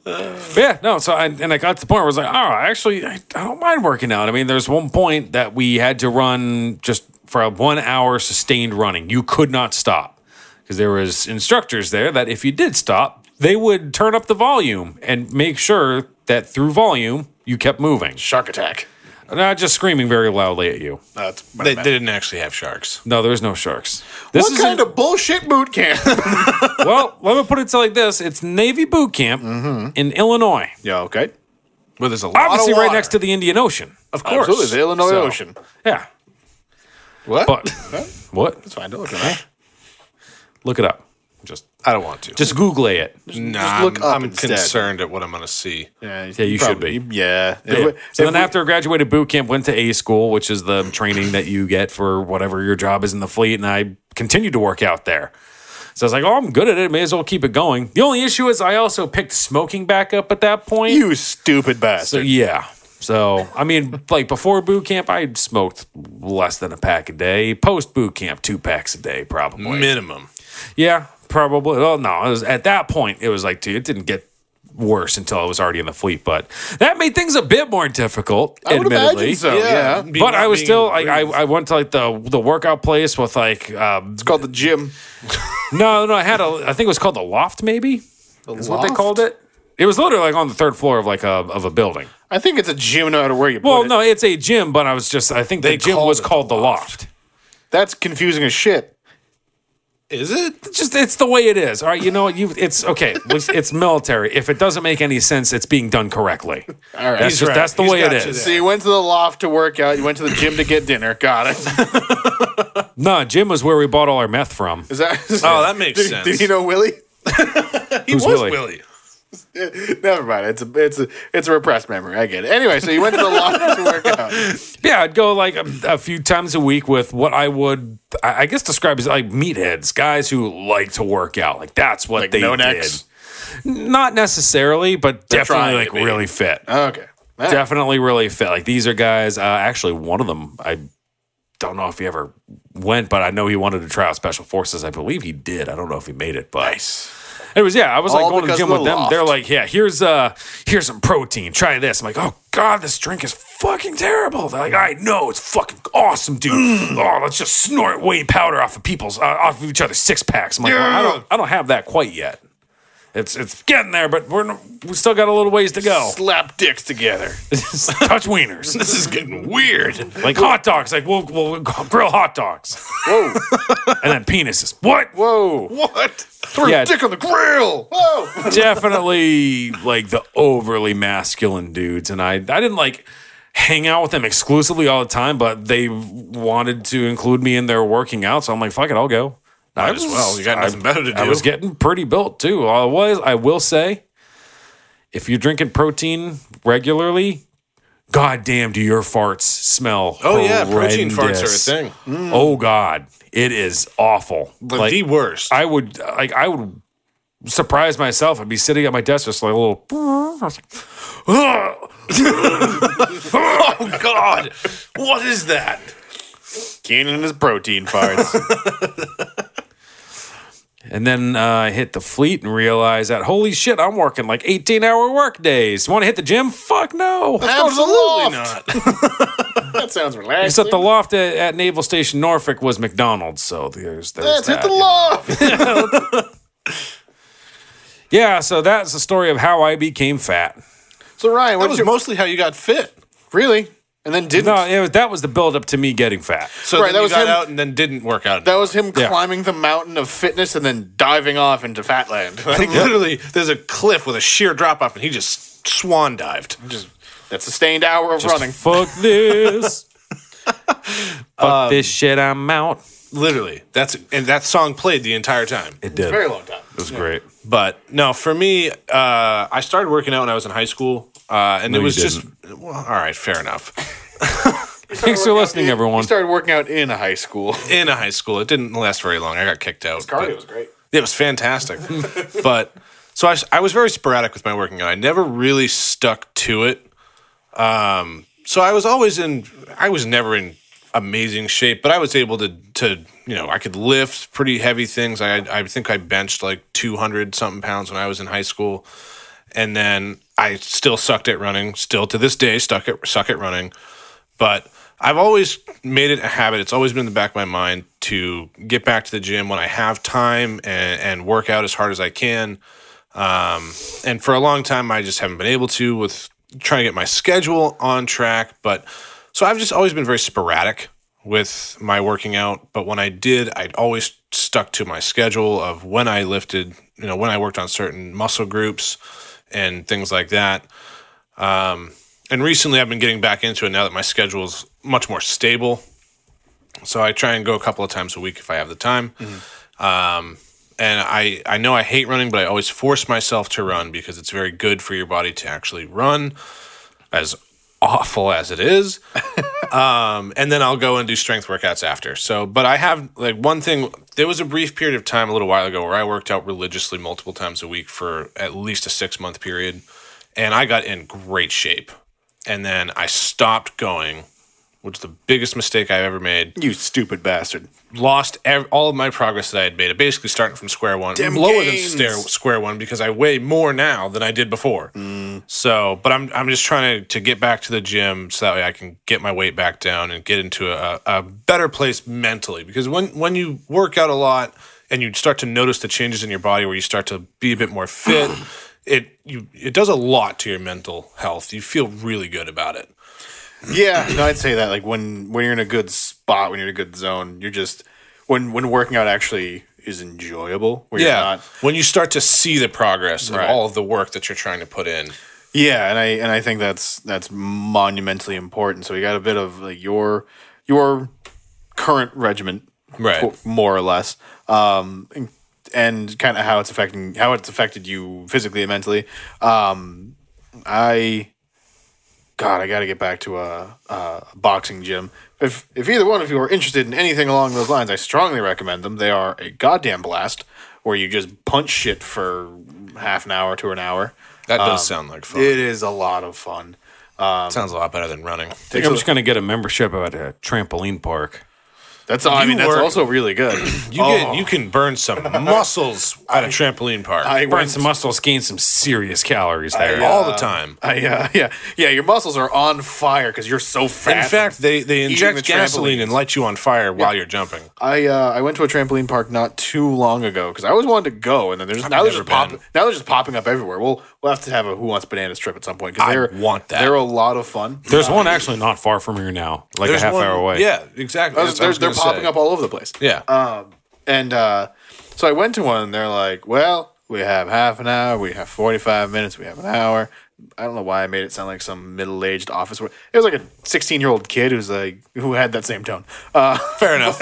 [SPEAKER 3] But yeah, no. So I and I got to the point where I was like, oh, actually, I, I don't mind working out. I mean, there's one point that we had to run just for a one hour sustained running. You could not stop because there was instructors there that if you did stop, they would turn up the volume and make sure that through volume you kept moving,
[SPEAKER 1] Shark attack.
[SPEAKER 3] not just screaming very loudly at you.
[SPEAKER 1] That's what
[SPEAKER 2] They,
[SPEAKER 1] I
[SPEAKER 2] they
[SPEAKER 1] meant.
[SPEAKER 2] didn't actually have sharks.
[SPEAKER 3] No, there's no sharks. This
[SPEAKER 1] what
[SPEAKER 3] is
[SPEAKER 1] kind of bullshit boot camp?
[SPEAKER 3] well. Let me put it like this: It's Navy boot camp
[SPEAKER 1] Mm-hmm.
[SPEAKER 3] in Illinois,
[SPEAKER 1] yeah, okay.
[SPEAKER 2] Well, there's a lot
[SPEAKER 3] obviously
[SPEAKER 2] of water.
[SPEAKER 3] right next to the Indian Ocean.
[SPEAKER 1] Of course. Absolutely, the Illinois
[SPEAKER 3] So,
[SPEAKER 1] Ocean.
[SPEAKER 3] Yeah,
[SPEAKER 1] What?
[SPEAKER 3] but what?
[SPEAKER 1] it's fine. Don't look at that.
[SPEAKER 3] Look it up. Just
[SPEAKER 2] I don't want to.
[SPEAKER 3] just Google it.
[SPEAKER 2] nah,
[SPEAKER 1] look
[SPEAKER 2] I'm,
[SPEAKER 1] up
[SPEAKER 2] I'm
[SPEAKER 1] instead.
[SPEAKER 2] concerned at what I'm going to see.
[SPEAKER 1] Yeah,
[SPEAKER 3] Yeah, you should
[SPEAKER 1] probably-
[SPEAKER 3] be.
[SPEAKER 1] Yeah. If we-
[SPEAKER 3] So
[SPEAKER 1] if
[SPEAKER 3] then,
[SPEAKER 1] we-
[SPEAKER 3] after I graduated boot camp, went to A school, which is the training that you get for whatever your job is in the fleet, and I continued to work out there. So I was like, "Oh, I'm good at it. May as well keep it going." The only issue is I also picked smoking back up at that point.
[SPEAKER 1] you stupid
[SPEAKER 3] So
[SPEAKER 1] bastard.
[SPEAKER 3] yeah. So I mean, like before boot camp, I smoked less than a pack a day. Post boot camp, two packs a day probably.
[SPEAKER 2] Minimum.
[SPEAKER 3] Yeah, probably. Well, no, it was, at that point it was like dude, it didn't get worse until I was already in the fleet, but that made things a bit more difficult.
[SPEAKER 1] I would
[SPEAKER 3] admittedly.
[SPEAKER 1] imagine so. Yeah.
[SPEAKER 2] Be-
[SPEAKER 3] But I was
[SPEAKER 2] being
[SPEAKER 3] still
[SPEAKER 2] in the
[SPEAKER 3] like I, I went to like the the workout place with like um,
[SPEAKER 1] It's called the gym.
[SPEAKER 3] no no I had a I think it was called the loft maybe is what they called it. It was literally like on the third floor of like a of a building.
[SPEAKER 1] I think it's a gym no matter where you put
[SPEAKER 3] Well,
[SPEAKER 1] it.
[SPEAKER 3] no, it's a gym, but I was just I think the gym
[SPEAKER 2] called
[SPEAKER 3] was
[SPEAKER 2] it the
[SPEAKER 3] called the loft.
[SPEAKER 1] That's confusing as shit.
[SPEAKER 2] Is it?
[SPEAKER 3] It's Just it's the way it is. All right, you know what? You it's okay. It's, it's military. If it doesn't make any sense, it's being done correctly. All right, that's
[SPEAKER 2] He's
[SPEAKER 3] just
[SPEAKER 2] right.
[SPEAKER 3] that's the
[SPEAKER 2] He's
[SPEAKER 3] way it
[SPEAKER 2] got you
[SPEAKER 3] is.
[SPEAKER 1] So you went to the loft to work out. You went to the gym to get dinner. Got it.
[SPEAKER 3] No, Jim was where we bought all our meth from.
[SPEAKER 1] Is that?
[SPEAKER 2] Oh, that makes
[SPEAKER 1] did,
[SPEAKER 2] sense.
[SPEAKER 1] Did you know Willie?
[SPEAKER 2] He
[SPEAKER 3] Who's
[SPEAKER 2] was
[SPEAKER 3] Willie?
[SPEAKER 2] Willie.
[SPEAKER 1] Never mind. It's a it's a it's a repressed memory. I get it. Anyway, so you went to the loft to work out.
[SPEAKER 3] Yeah, I'd go like a, a few times a week with what I would, I I guess, describe as like meatheads, guys who like to work out. Like that's what they
[SPEAKER 1] no
[SPEAKER 3] did.
[SPEAKER 1] necks?
[SPEAKER 3] Not necessarily, but
[SPEAKER 1] trying
[SPEAKER 3] definitely
[SPEAKER 1] to
[SPEAKER 3] like
[SPEAKER 1] be.
[SPEAKER 3] really fit.
[SPEAKER 1] Okay. Ah,
[SPEAKER 3] definitely really fit. Like these are guys. Uh, actually, one of them I don't know if he ever went, but I know he wanted to try out special forces. I believe he did. I don't know if he made it, but anyways, yeah, I was like
[SPEAKER 1] All
[SPEAKER 3] going to the
[SPEAKER 1] because
[SPEAKER 3] gym
[SPEAKER 1] of the
[SPEAKER 3] with them.
[SPEAKER 1] loft.
[SPEAKER 3] They're like, yeah, here's uh here's some protein. Try this. I'm like, oh god, this drink is fucking terrible. They're like, I know it's fucking awesome, dude.
[SPEAKER 1] Mm.
[SPEAKER 3] Oh, let's just snort whey powder off of people's uh, off of each other's six packs. I'm like, well, I don't I don't have that quite yet. It's it's getting there, but we're we still got a little ways to go.
[SPEAKER 1] Slap dicks together.
[SPEAKER 3] Touch wieners.
[SPEAKER 2] This is getting weird.
[SPEAKER 3] Like hot dogs, like we'll, we'll grill hot dogs,
[SPEAKER 1] Whoa.
[SPEAKER 3] and then penises. What?
[SPEAKER 1] Whoa.
[SPEAKER 2] What?
[SPEAKER 1] Throw
[SPEAKER 3] Yeah.
[SPEAKER 1] a dick on the grill. Whoa.
[SPEAKER 3] Definitely like the overly masculine dudes, and I I didn't like hang out with them exclusively all the time, but they wanted to include me in their working out, so I'm like, fuck it, I'll go. I
[SPEAKER 2] Might as well. You got nothing better to do.
[SPEAKER 3] I was getting pretty built too. I was. I will say, if you're drinking protein regularly, goddamn, do your farts smell?
[SPEAKER 2] oh yeah, protein farts are a
[SPEAKER 3] horrendous.
[SPEAKER 2] thing.
[SPEAKER 1] Mm.
[SPEAKER 3] Oh God, it is awful.
[SPEAKER 2] But
[SPEAKER 3] like
[SPEAKER 2] the worst.
[SPEAKER 3] I would, like I would surprise myself. I'd be sitting at my desk, just like a little.
[SPEAKER 2] oh God, what is that?
[SPEAKER 1] Keenan and his protein farts.
[SPEAKER 3] And then uh, I hit the fleet and realized that holy shit, I'm working like 18 hour work days. Want to hit the gym? Fuck no.
[SPEAKER 1] Absolutely
[SPEAKER 2] not.
[SPEAKER 1] That sounds relaxing.
[SPEAKER 3] Except the loft at, at Naval Station Norfolk was McDonald's, so there's,
[SPEAKER 1] Let's
[SPEAKER 3] there's
[SPEAKER 1] hit
[SPEAKER 3] that.
[SPEAKER 1] the loft.
[SPEAKER 3] Yeah, so that's the story of how I became fat.
[SPEAKER 1] so Ryan,
[SPEAKER 2] That
[SPEAKER 1] what
[SPEAKER 2] was
[SPEAKER 1] was your,
[SPEAKER 2] mostly how you got fit.
[SPEAKER 1] really? And then didn't.
[SPEAKER 3] No, it was, that was the buildup to me getting fat.
[SPEAKER 2] So
[SPEAKER 1] Right,
[SPEAKER 2] then
[SPEAKER 1] that
[SPEAKER 2] you
[SPEAKER 1] was
[SPEAKER 2] got
[SPEAKER 1] him-
[SPEAKER 2] out and then didn't work out.
[SPEAKER 1] That was him
[SPEAKER 3] Yeah.
[SPEAKER 1] climbing the mountain of fitness and then diving off into Fatland. Like,
[SPEAKER 2] literally, there's a cliff with a sheer drop off, and he just swan dived.
[SPEAKER 1] just that sustained hour of running.
[SPEAKER 3] Fuck this. Fuck
[SPEAKER 1] Um,
[SPEAKER 3] this shit. I'm out.
[SPEAKER 2] Literally, that's and that song played the entire time.
[SPEAKER 3] It did.
[SPEAKER 1] Very long time.
[SPEAKER 3] It was great.
[SPEAKER 2] But no, for me, uh, I started working out when I was in high school, uh, and it
[SPEAKER 3] you
[SPEAKER 2] was just well, all right, fair enough.
[SPEAKER 3] Thanks for listening,
[SPEAKER 1] We
[SPEAKER 3] everyone.
[SPEAKER 1] started working out in high school.
[SPEAKER 2] In high school, it didn't last very long. I got kicked out. but-
[SPEAKER 1] Cardio was great.
[SPEAKER 2] It was fantastic. but so I, I was very sporadic with my working out. I never really stuck to it. Um, so I was always in, I was never in amazing shape, but I was able to, to you know, I could lift pretty heavy things. I, I think I benched like 200 something pounds when I was in high school. And then I I still sucked at running. Still to this day, stuck at suck at running. But I've always made it a habit. It's always been in the back of my mind to get back to the gym when I have time and, and work out as hard as I can. Um, and for a long time, I just haven't been able to with trying to get my schedule on track. But so I've just always been very sporadic with my working out. But when I did, I'd always stuck to my schedule of when I lifted, you know, when I worked on certain muscle groups and things like that. Um, and recently, I've been getting back into it now that my schedule is much more stable. So I try and go a couple of times a week if I have the time. Um, and I, I know I hate running, but I always force myself to run because it's very good for your body to actually run, as awful as it is. um, and then I'll go and do strength workouts after. So, but I have like one thing. There was a brief period of time a little while ago where I worked out religiously multiple times a week for at least a six month period, and I got in great shape. And then I stopped going, which is the biggest mistake I've ever made
[SPEAKER 1] You stupid bastard.
[SPEAKER 2] lost ev- all of my progress that I had made. I'm basically starting from square one,
[SPEAKER 1] Dem
[SPEAKER 2] lower
[SPEAKER 1] gains.
[SPEAKER 2] than stair- square one because I weigh more now than I did before. So, but I'm I'm just trying to, to get back to the gym so that way I can get my weight back down and get into a, a better place mentally. Because when when you work out a lot and you start to notice the changes in your body where you start to be a bit more fit, it you it does a lot to your mental health. You feel really good about it.
[SPEAKER 1] Yeah, no, I'd say that. Like when when you're in a good spot, when you're in a good zone, you're just when when working out actually is enjoyable. Where
[SPEAKER 2] Yeah,
[SPEAKER 1] You're not,
[SPEAKER 2] when you start to see the progress
[SPEAKER 1] Right.
[SPEAKER 2] of all of the work that you're trying to put in.
[SPEAKER 1] yeah, and I and I think that's that's monumentally important. So you got a bit of like your your current regiment,
[SPEAKER 2] Right.
[SPEAKER 1] qu- more or less, um, and- and kind of how it's affecting how it's affected you physically and mentally. Um, I. God, I got to get back to a, a boxing gym. If if either one of you are interested in anything along those lines, I strongly recommend them. They are a goddamn blast, where you just punch shit for half an hour to an hour.
[SPEAKER 2] That does sound like fun.
[SPEAKER 1] Um,
[SPEAKER 2] Um,
[SPEAKER 1] It is a lot of fun.
[SPEAKER 2] sounds a lot better than running.
[SPEAKER 3] I think I'm just going to get a membership at a trampoline park.
[SPEAKER 1] That's I
[SPEAKER 2] You
[SPEAKER 1] mean that's
[SPEAKER 2] were-
[SPEAKER 1] also really good.
[SPEAKER 2] You
[SPEAKER 1] Oh.
[SPEAKER 2] can you can burn some muscles at a trampoline park
[SPEAKER 1] I
[SPEAKER 3] Burn
[SPEAKER 1] went,
[SPEAKER 3] some muscles, gain some serious calories there.
[SPEAKER 2] all the time.
[SPEAKER 1] I, uh, yeah, yeah. Your muscles are on fire because you're so
[SPEAKER 2] In
[SPEAKER 1] fat.
[SPEAKER 2] fact, they they inject
[SPEAKER 1] the
[SPEAKER 2] gasoline and light you on fire while you're jumping.
[SPEAKER 1] I uh, I went to a trampoline park not too long ago because I always wanted to go, and then there's now they're
[SPEAKER 2] never
[SPEAKER 1] just pop,
[SPEAKER 2] been.
[SPEAKER 1] now they're just popping up everywhere. We'll we'll have to have a Who Wants Bananas trip at some point because
[SPEAKER 2] I
[SPEAKER 1] they're
[SPEAKER 2] want that.
[SPEAKER 1] They're a lot of fun.
[SPEAKER 3] There's one actually not far from here now, like a half
[SPEAKER 2] one-
[SPEAKER 3] hour away.
[SPEAKER 2] Yeah, exactly.
[SPEAKER 1] They're,
[SPEAKER 2] That's what I
[SPEAKER 1] they're,
[SPEAKER 2] was
[SPEAKER 1] they're
[SPEAKER 2] gonna
[SPEAKER 1] popping
[SPEAKER 2] say.
[SPEAKER 1] up all over the place.
[SPEAKER 2] Yeah,
[SPEAKER 1] And uh, so I went to one, and they're like, "Well, we have half an hour, we have forty-five minutes, we have an hour." I don't know why I made it sound like some middle-aged office. Work. It was like a sixteen-year-old kid who's like who had that same tone. Uh,
[SPEAKER 2] fair enough.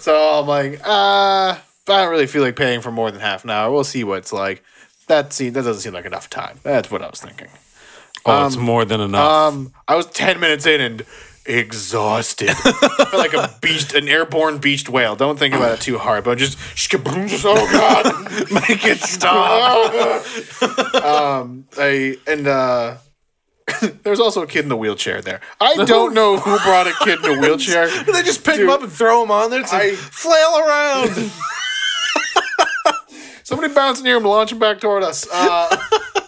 [SPEAKER 1] so I'm like, uh, but I don't really feel like paying for more than half an hour. We'll see what it's like. That seem, that doesn't seem like enough time. That's what I was thinking.
[SPEAKER 3] Oh, it's more than enough.
[SPEAKER 1] Um, I was ten minutes in and exhausted, I felt like a beached, an airborne beached whale. Don't think about it too hard, but just shkaboom, oh god, make it stop. um, I and uh. There's also a kid in the wheelchair there. I don't know who brought a kid in a wheelchair.
[SPEAKER 2] they just pick
[SPEAKER 1] Dude,
[SPEAKER 2] him up and throw him on there. It's like,
[SPEAKER 1] I-
[SPEAKER 2] flail around.
[SPEAKER 1] somebody bouncing near him, launch him back toward us. Uh,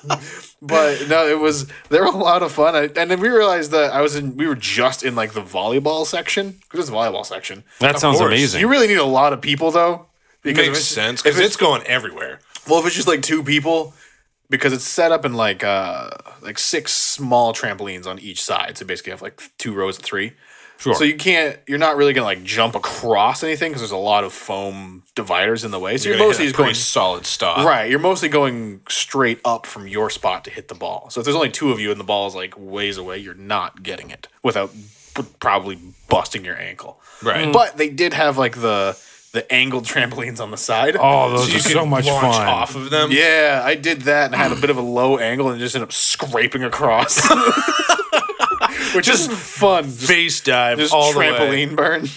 [SPEAKER 1] but no, it was they were a lot of fun, I, and then we realized that I was in. We were just in like the volleyball section because it's a volleyball section.
[SPEAKER 3] that sounds
[SPEAKER 2] course.
[SPEAKER 3] amazing.
[SPEAKER 1] You really need a lot of people though, because if
[SPEAKER 2] Makes
[SPEAKER 1] it's-
[SPEAKER 2] sense
[SPEAKER 1] If
[SPEAKER 2] because
[SPEAKER 1] it's,
[SPEAKER 2] it's going everywhere.
[SPEAKER 1] well, if it's just like two people, because it's set up in like uh like six small trampolines on each side, so basically you have like two rows of three.
[SPEAKER 3] Sure.
[SPEAKER 1] So you can't. You're not really gonna like jump across anything because there's a lot of foam dividers in the way. So you're,
[SPEAKER 2] You're gonna hit
[SPEAKER 1] mostly
[SPEAKER 2] a
[SPEAKER 1] just
[SPEAKER 2] pretty
[SPEAKER 1] going
[SPEAKER 2] solid stop.
[SPEAKER 1] Right, you're mostly going straight up from your spot to hit the ball. So if there's only two of you and the ball is like ways away, you're not getting it without p- probably busting your ankle.
[SPEAKER 2] Right.
[SPEAKER 1] But they did have like the the angled trampolines on the side.
[SPEAKER 3] oh, those
[SPEAKER 2] You
[SPEAKER 3] are so
[SPEAKER 2] can
[SPEAKER 3] much
[SPEAKER 2] launch
[SPEAKER 3] fun.
[SPEAKER 2] off of them.
[SPEAKER 1] yeah, I did that and I had a bit of a low angle and just ended up scraping across, which is fun. Just
[SPEAKER 2] Face dive
[SPEAKER 1] just
[SPEAKER 2] all
[SPEAKER 1] trampoline burn.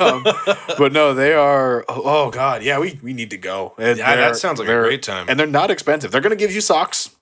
[SPEAKER 1] um, but no, they are. Oh, oh, god, yeah, we we need to go. And
[SPEAKER 2] Yeah, that
[SPEAKER 1] they're-
[SPEAKER 2] sounds like a
[SPEAKER 1] they're-
[SPEAKER 2] great time.
[SPEAKER 1] And they're not expensive. They're gonna give you socks
[SPEAKER 2] the way.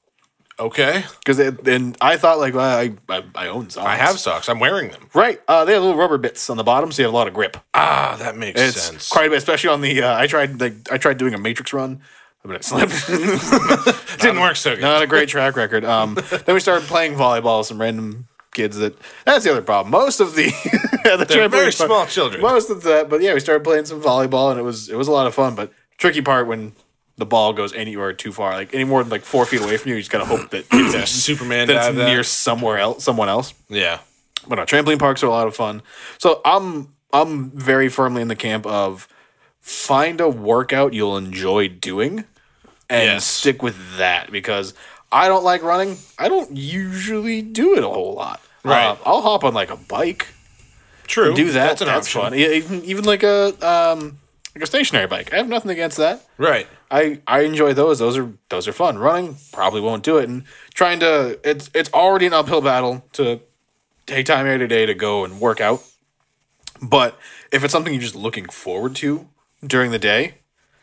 [SPEAKER 2] Okay,
[SPEAKER 1] because and I thought like well, I, I I own socks.
[SPEAKER 2] I have socks. I'm wearing them.
[SPEAKER 1] right. Uh, they have little rubber bits on the bottom, so you have a lot of grip.
[SPEAKER 2] Ah, that makes
[SPEAKER 1] It's
[SPEAKER 2] sense.
[SPEAKER 1] quite a bit, especially on the. Uh, I tried like I tried doing a matrix run. but I slept. Um,
[SPEAKER 2] Didn't work so good.
[SPEAKER 1] Not a great track record. Um, then we started playing volleyball with some random kids. That that's the other problem. Most of the, the
[SPEAKER 2] They're
[SPEAKER 1] trampoline
[SPEAKER 2] very
[SPEAKER 1] park-
[SPEAKER 2] small children.
[SPEAKER 1] Most of that, but yeah, we started playing some volleyball and it was it was a lot of fun. But tricky part when the ball goes anywhere too far, like any more than like four feet away from you, you just gotta hope that it's, a,
[SPEAKER 2] Superman
[SPEAKER 1] that
[SPEAKER 2] dive
[SPEAKER 1] it's
[SPEAKER 2] that.
[SPEAKER 1] near somewhere else, someone else.
[SPEAKER 2] Yeah.
[SPEAKER 1] But no, trampoline parks are a lot of fun. So I'm I'm very firmly in the camp of find a workout you'll enjoy doing and
[SPEAKER 2] Yes.
[SPEAKER 1] stick with that because I don't like running. I don't usually do it a whole lot.
[SPEAKER 2] Right.
[SPEAKER 1] Uh, I'll hop on like a bike.
[SPEAKER 2] True.
[SPEAKER 1] Do that. That's,
[SPEAKER 2] an option.
[SPEAKER 1] fun. Yeah, Even, even like a um, like a stationary bike. I have nothing against that.
[SPEAKER 2] Right.
[SPEAKER 1] I I enjoy those. Those are those are fun. Running probably won't do it, and trying to it's it's already an uphill battle to take time every day to go and work out. But if it's something you're just looking forward to during the day,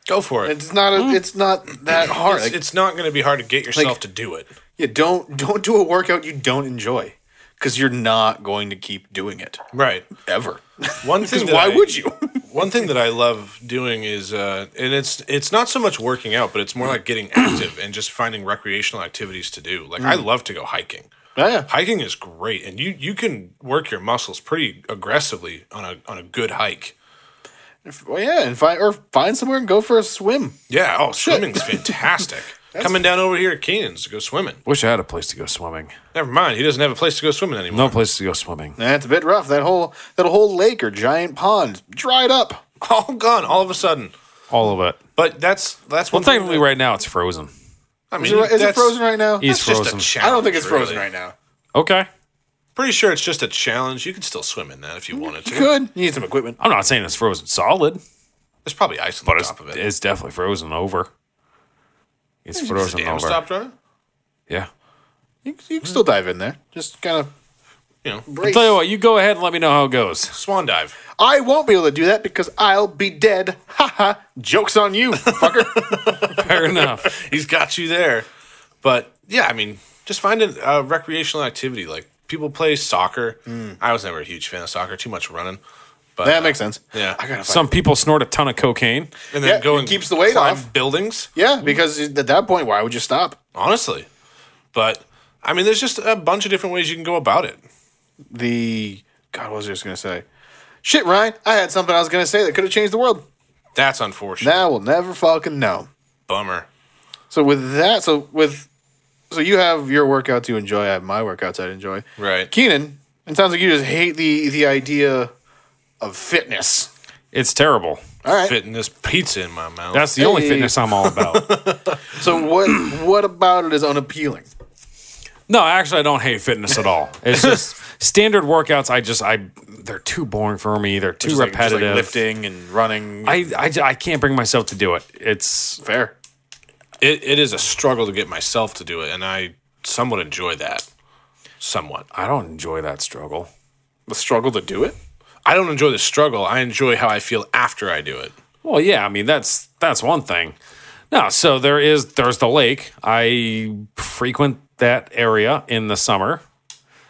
[SPEAKER 2] Go for it. It's,
[SPEAKER 1] it's not a, it's not that hard. Like,
[SPEAKER 2] it's not going to be hard to get yourself
[SPEAKER 1] Like-
[SPEAKER 2] to do it.
[SPEAKER 1] yeah, don't don't do a workout you don't enjoy because you're not going to keep doing it
[SPEAKER 2] Right.
[SPEAKER 1] ever.
[SPEAKER 2] One
[SPEAKER 1] Because
[SPEAKER 2] thing. that
[SPEAKER 1] why
[SPEAKER 2] I-
[SPEAKER 1] would you?
[SPEAKER 2] One thing that I love doing is, uh, and it's it's not so much working out, but it's more like getting active and just finding recreational activities to do. Like
[SPEAKER 1] Mm.
[SPEAKER 2] I love to go hiking.
[SPEAKER 1] yeah,
[SPEAKER 2] Hiking is great, and you you can work your muscles pretty aggressively on a on a good hike.
[SPEAKER 1] well, yeah, and find or find somewhere and go for a swim.
[SPEAKER 2] Yeah. Oh, swimming's fantastic. Coming down over here to Keenan's to go swimming.
[SPEAKER 3] Wish I had a place to go swimming.
[SPEAKER 2] Never mind, he doesn't have a place to go swimming anymore.
[SPEAKER 3] No place to go swimming.
[SPEAKER 1] That's a bit rough. That whole that whole lake or giant pond dried up.
[SPEAKER 2] All gone, all of a sudden.
[SPEAKER 3] All of it.
[SPEAKER 2] But that's that's
[SPEAKER 3] Well,
[SPEAKER 2] one thing
[SPEAKER 3] technically,
[SPEAKER 2] that-
[SPEAKER 3] right now it's frozen.
[SPEAKER 2] I mean,
[SPEAKER 1] Is, it, is it
[SPEAKER 2] that's-
[SPEAKER 1] frozen right now?
[SPEAKER 3] He's
[SPEAKER 2] that's just a
[SPEAKER 3] frozen.
[SPEAKER 1] I don't think
[SPEAKER 2] challenge,
[SPEAKER 1] it's frozen
[SPEAKER 2] really.
[SPEAKER 1] right now.
[SPEAKER 3] Okay.
[SPEAKER 2] Pretty sure it's just a challenge. You can still swim in that if you wanted to.
[SPEAKER 1] Good. You need some equipment.
[SPEAKER 3] I'm not saying it's frozen solid,
[SPEAKER 2] There's probably ice on
[SPEAKER 3] but
[SPEAKER 2] the
[SPEAKER 3] it's,
[SPEAKER 2] top of it.
[SPEAKER 3] it's definitely frozen over. It's
[SPEAKER 2] Does the
[SPEAKER 3] frozen
[SPEAKER 2] dam
[SPEAKER 3] over.
[SPEAKER 2] stopped running?
[SPEAKER 3] Yeah.
[SPEAKER 1] You, you can still dive in there. Just kind of
[SPEAKER 2] You know,
[SPEAKER 3] I'll
[SPEAKER 1] brace.
[SPEAKER 3] tell you what, you go ahead and let me know how it goes.
[SPEAKER 2] swan dive.
[SPEAKER 1] I won't be able to do that because I'll be dead. Ha ha. Joke's on you, fucker.
[SPEAKER 3] Fair enough.
[SPEAKER 2] He's got you there. But yeah, I mean, just find a uh, recreational activity. Like people play soccer. I was never a huge fan of soccer. Too much running. But
[SPEAKER 1] Hmm.
[SPEAKER 2] uh,
[SPEAKER 1] that makes sense.
[SPEAKER 2] yeah.
[SPEAKER 1] I gotta find
[SPEAKER 3] Some people snort a ton of cocaine.
[SPEAKER 2] and then
[SPEAKER 1] Yeah,
[SPEAKER 2] go
[SPEAKER 1] it
[SPEAKER 2] and
[SPEAKER 1] keeps the weight
[SPEAKER 2] climb
[SPEAKER 1] off.
[SPEAKER 2] buildings.
[SPEAKER 1] Yeah, because at that point, why would you stop?
[SPEAKER 2] Honestly, but I mean, there's just a bunch of different ways you can go about it.
[SPEAKER 1] The God, what was I just gonna say? Shit, Ryan. I had something I was gonna say that could have changed the world.
[SPEAKER 2] That's unfortunate.
[SPEAKER 1] Now we'll never fucking know.
[SPEAKER 2] Bummer.
[SPEAKER 1] So with that, so with so you have your workouts you enjoy. I have my workouts I enjoy.
[SPEAKER 2] Right.
[SPEAKER 1] Keenan, it sounds like you just hate the the idea of fitness.
[SPEAKER 3] It's terrible.
[SPEAKER 1] All right.
[SPEAKER 2] Fitting this pizza in my mouth.
[SPEAKER 3] That's the only
[SPEAKER 1] Hey.
[SPEAKER 3] fitness I'm all about.
[SPEAKER 1] So what what about it is unappealing?
[SPEAKER 3] no, actually, I don't hate fitness at all. It's just standard workouts. I just I they're too boring for me. They're too
[SPEAKER 1] Just like- just like
[SPEAKER 3] repetitive.
[SPEAKER 1] lifting and running.
[SPEAKER 3] I, I j- I can't bring myself to do it. It's
[SPEAKER 1] Fair.
[SPEAKER 2] it, it is a struggle to get myself to do it, and I somewhat enjoy that. Somewhat.
[SPEAKER 3] I don't enjoy that struggle.
[SPEAKER 1] The struggle to do it.
[SPEAKER 2] I don't enjoy the struggle. I enjoy how I feel after I do it.
[SPEAKER 3] Well, yeah, I mean that's that's one thing. No, so there is there's the lake. I frequent that area in the summer.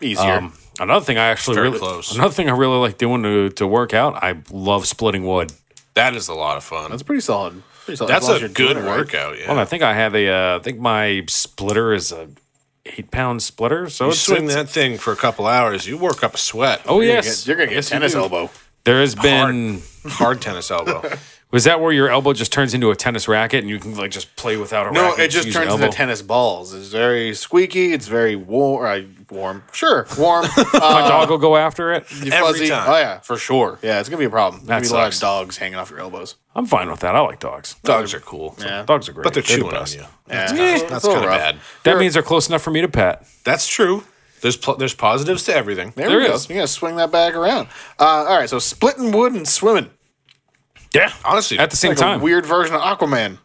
[SPEAKER 1] Easier.
[SPEAKER 3] Um, another thing I actually
[SPEAKER 2] Very
[SPEAKER 3] really
[SPEAKER 2] close.
[SPEAKER 3] another thing I really like doing to to work out. I love splitting wood.
[SPEAKER 2] That is a lot of fun.
[SPEAKER 1] That's pretty solid. Pretty solid.
[SPEAKER 2] That's
[SPEAKER 1] As long as
[SPEAKER 2] a
[SPEAKER 1] you're doing
[SPEAKER 2] good
[SPEAKER 1] it right.
[SPEAKER 2] workout. Yeah.
[SPEAKER 3] Well, Oh, I think I have a uh, I think my splitter is a eight pound splitter. So
[SPEAKER 2] you
[SPEAKER 3] it's,
[SPEAKER 2] swing
[SPEAKER 3] it's-
[SPEAKER 2] that thing for a couple hours, you work up a sweat.
[SPEAKER 3] Oh
[SPEAKER 1] You're gonna
[SPEAKER 3] yes,
[SPEAKER 1] get, you're gonna get
[SPEAKER 2] Yes, you
[SPEAKER 1] tennis
[SPEAKER 2] do.
[SPEAKER 1] elbow.
[SPEAKER 3] there has been.
[SPEAKER 2] hard tennis elbow.
[SPEAKER 3] Was that where your elbow just turns into a tennis racket and you can like just play without a
[SPEAKER 1] No,
[SPEAKER 3] racket?
[SPEAKER 1] it just
[SPEAKER 3] use your
[SPEAKER 1] turns
[SPEAKER 3] elbow?
[SPEAKER 1] into tennis balls. It's very squeaky. It's very warm. Uh, warm. Sure, warm. Uh,
[SPEAKER 3] My dog will go after it.
[SPEAKER 2] Every
[SPEAKER 1] fuzzy.
[SPEAKER 2] time.
[SPEAKER 1] Oh yeah, for sure. Yeah, it's gonna be a problem. There's gonna
[SPEAKER 3] That
[SPEAKER 1] be a lot of
[SPEAKER 3] sucks.
[SPEAKER 1] dogs hanging off your elbows.
[SPEAKER 3] I'm fine with that. I like dogs.
[SPEAKER 2] Dogs are cool.
[SPEAKER 1] Yeah.
[SPEAKER 3] Dogs are great,
[SPEAKER 2] But they're,
[SPEAKER 3] the
[SPEAKER 2] chewing on
[SPEAKER 3] best.
[SPEAKER 2] you.
[SPEAKER 1] That's,
[SPEAKER 2] That's kind of bad.
[SPEAKER 3] That means they're close enough for me to pet.
[SPEAKER 2] That's true. There's pl- there's positives to everything.
[SPEAKER 1] There,
[SPEAKER 3] There
[SPEAKER 1] we go.
[SPEAKER 3] is.
[SPEAKER 1] You gotta swing that back around. Uh, all right, so splitting wood and swimming.
[SPEAKER 3] Yeah,
[SPEAKER 2] Honestly,
[SPEAKER 3] at the same
[SPEAKER 1] Like
[SPEAKER 3] time.
[SPEAKER 1] a weird version of Aquaman.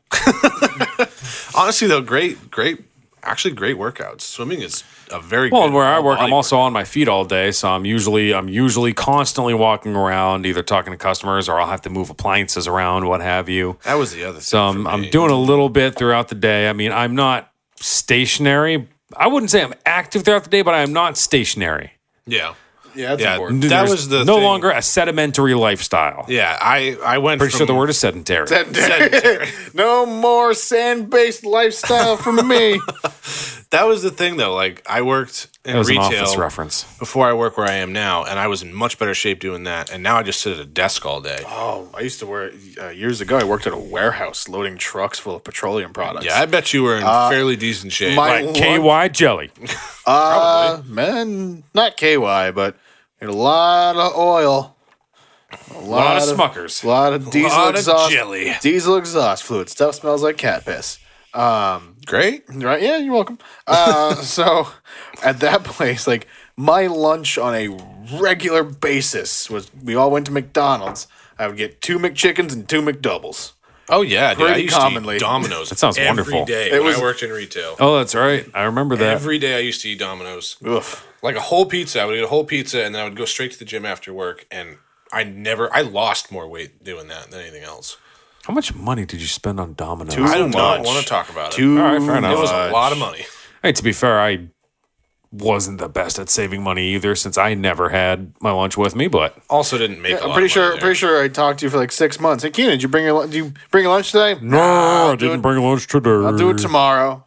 [SPEAKER 2] honestly though, great, great, actually great workouts. Swimming is a very
[SPEAKER 3] well,
[SPEAKER 2] good
[SPEAKER 3] and where I
[SPEAKER 2] whole
[SPEAKER 3] work,
[SPEAKER 2] body
[SPEAKER 3] I'm also on my feet all day, so I'm usually I'm usually constantly walking around, either talking to customers or I'll have to move appliances around, what have you.
[SPEAKER 2] That was the other. Thing
[SPEAKER 3] So I'm,
[SPEAKER 2] for me.
[SPEAKER 3] I'm doing a little bit throughout the day. I mean, I'm not stationary. I wouldn't say I'm active throughout the day, but I'm not stationary.
[SPEAKER 2] Yeah.
[SPEAKER 1] Yeah, that's
[SPEAKER 2] Yeah,
[SPEAKER 1] important.
[SPEAKER 2] that
[SPEAKER 3] There's
[SPEAKER 2] was the
[SPEAKER 3] no
[SPEAKER 2] thing.
[SPEAKER 3] longer a sedimentary lifestyle.
[SPEAKER 2] Yeah, I I went.
[SPEAKER 3] Pretty
[SPEAKER 2] from,
[SPEAKER 3] sure the word is sedentary.
[SPEAKER 2] sedentary.
[SPEAKER 1] no more sand-based lifestyle for me.
[SPEAKER 2] that was the thing though. Like I worked in
[SPEAKER 3] that was
[SPEAKER 2] retail
[SPEAKER 3] an office reference.
[SPEAKER 2] before I work where I am now, and I was in much better shape doing that. And now I just sit at a desk all day.
[SPEAKER 1] oh, I used to wear uh, years ago. I worked at a warehouse loading trucks full of petroleum products.
[SPEAKER 2] Yeah, I bet you were in fairly decent shape.
[SPEAKER 1] Uh, my-
[SPEAKER 2] Like,
[SPEAKER 1] What?
[SPEAKER 3] KY jelly.
[SPEAKER 1] uh, man, not KY, but a lot of oil, a lot,
[SPEAKER 3] A lot of smuckers.
[SPEAKER 1] a lot of diesel
[SPEAKER 2] Lot of
[SPEAKER 1] exhaust,
[SPEAKER 2] jelly.
[SPEAKER 1] diesel exhaust fluid. Stuff smells like cat piss.
[SPEAKER 2] great.
[SPEAKER 1] Right? Yeah, you're welcome. Uh, so at that place, like my lunch on a regular basis was we all went to McDonald's. I would get two McChickens and two McDoubles.
[SPEAKER 2] Oh yeah, dude, I
[SPEAKER 1] Pretty
[SPEAKER 2] used to
[SPEAKER 1] commonly.
[SPEAKER 2] eat Domino's. that
[SPEAKER 3] sounds wonderful.
[SPEAKER 2] Every day
[SPEAKER 1] It
[SPEAKER 2] when
[SPEAKER 1] was-
[SPEAKER 2] I worked in retail.
[SPEAKER 3] Oh, that's right. I remember that.
[SPEAKER 2] Every day I used to eat Domino's.
[SPEAKER 1] Oof.
[SPEAKER 2] Like a whole pizza. I would eat a whole pizza and then I would go straight to the gym after work and I never I lost more weight doing that than anything else.
[SPEAKER 3] How much money did you spend on Domino's?
[SPEAKER 1] Two-
[SPEAKER 2] I
[SPEAKER 1] Too
[SPEAKER 2] do not
[SPEAKER 1] much.
[SPEAKER 2] want to talk about it.
[SPEAKER 1] Two.
[SPEAKER 3] All right, fair enough.
[SPEAKER 2] it was a lot of money.
[SPEAKER 3] Hey, to be fair, I wasn't the best at saving money either, since I never had my lunch with me. But
[SPEAKER 2] Also didn't make a
[SPEAKER 1] I'm pretty
[SPEAKER 2] lot of money
[SPEAKER 1] sure.
[SPEAKER 2] there.
[SPEAKER 1] Pretty sure I talked to you for like six months. Hey, Keenan, did you bring your lun- do you bring your lunch today?
[SPEAKER 3] no, I
[SPEAKER 1] didn't
[SPEAKER 3] didn't bring lunch today.
[SPEAKER 1] I'll do it tomorrow.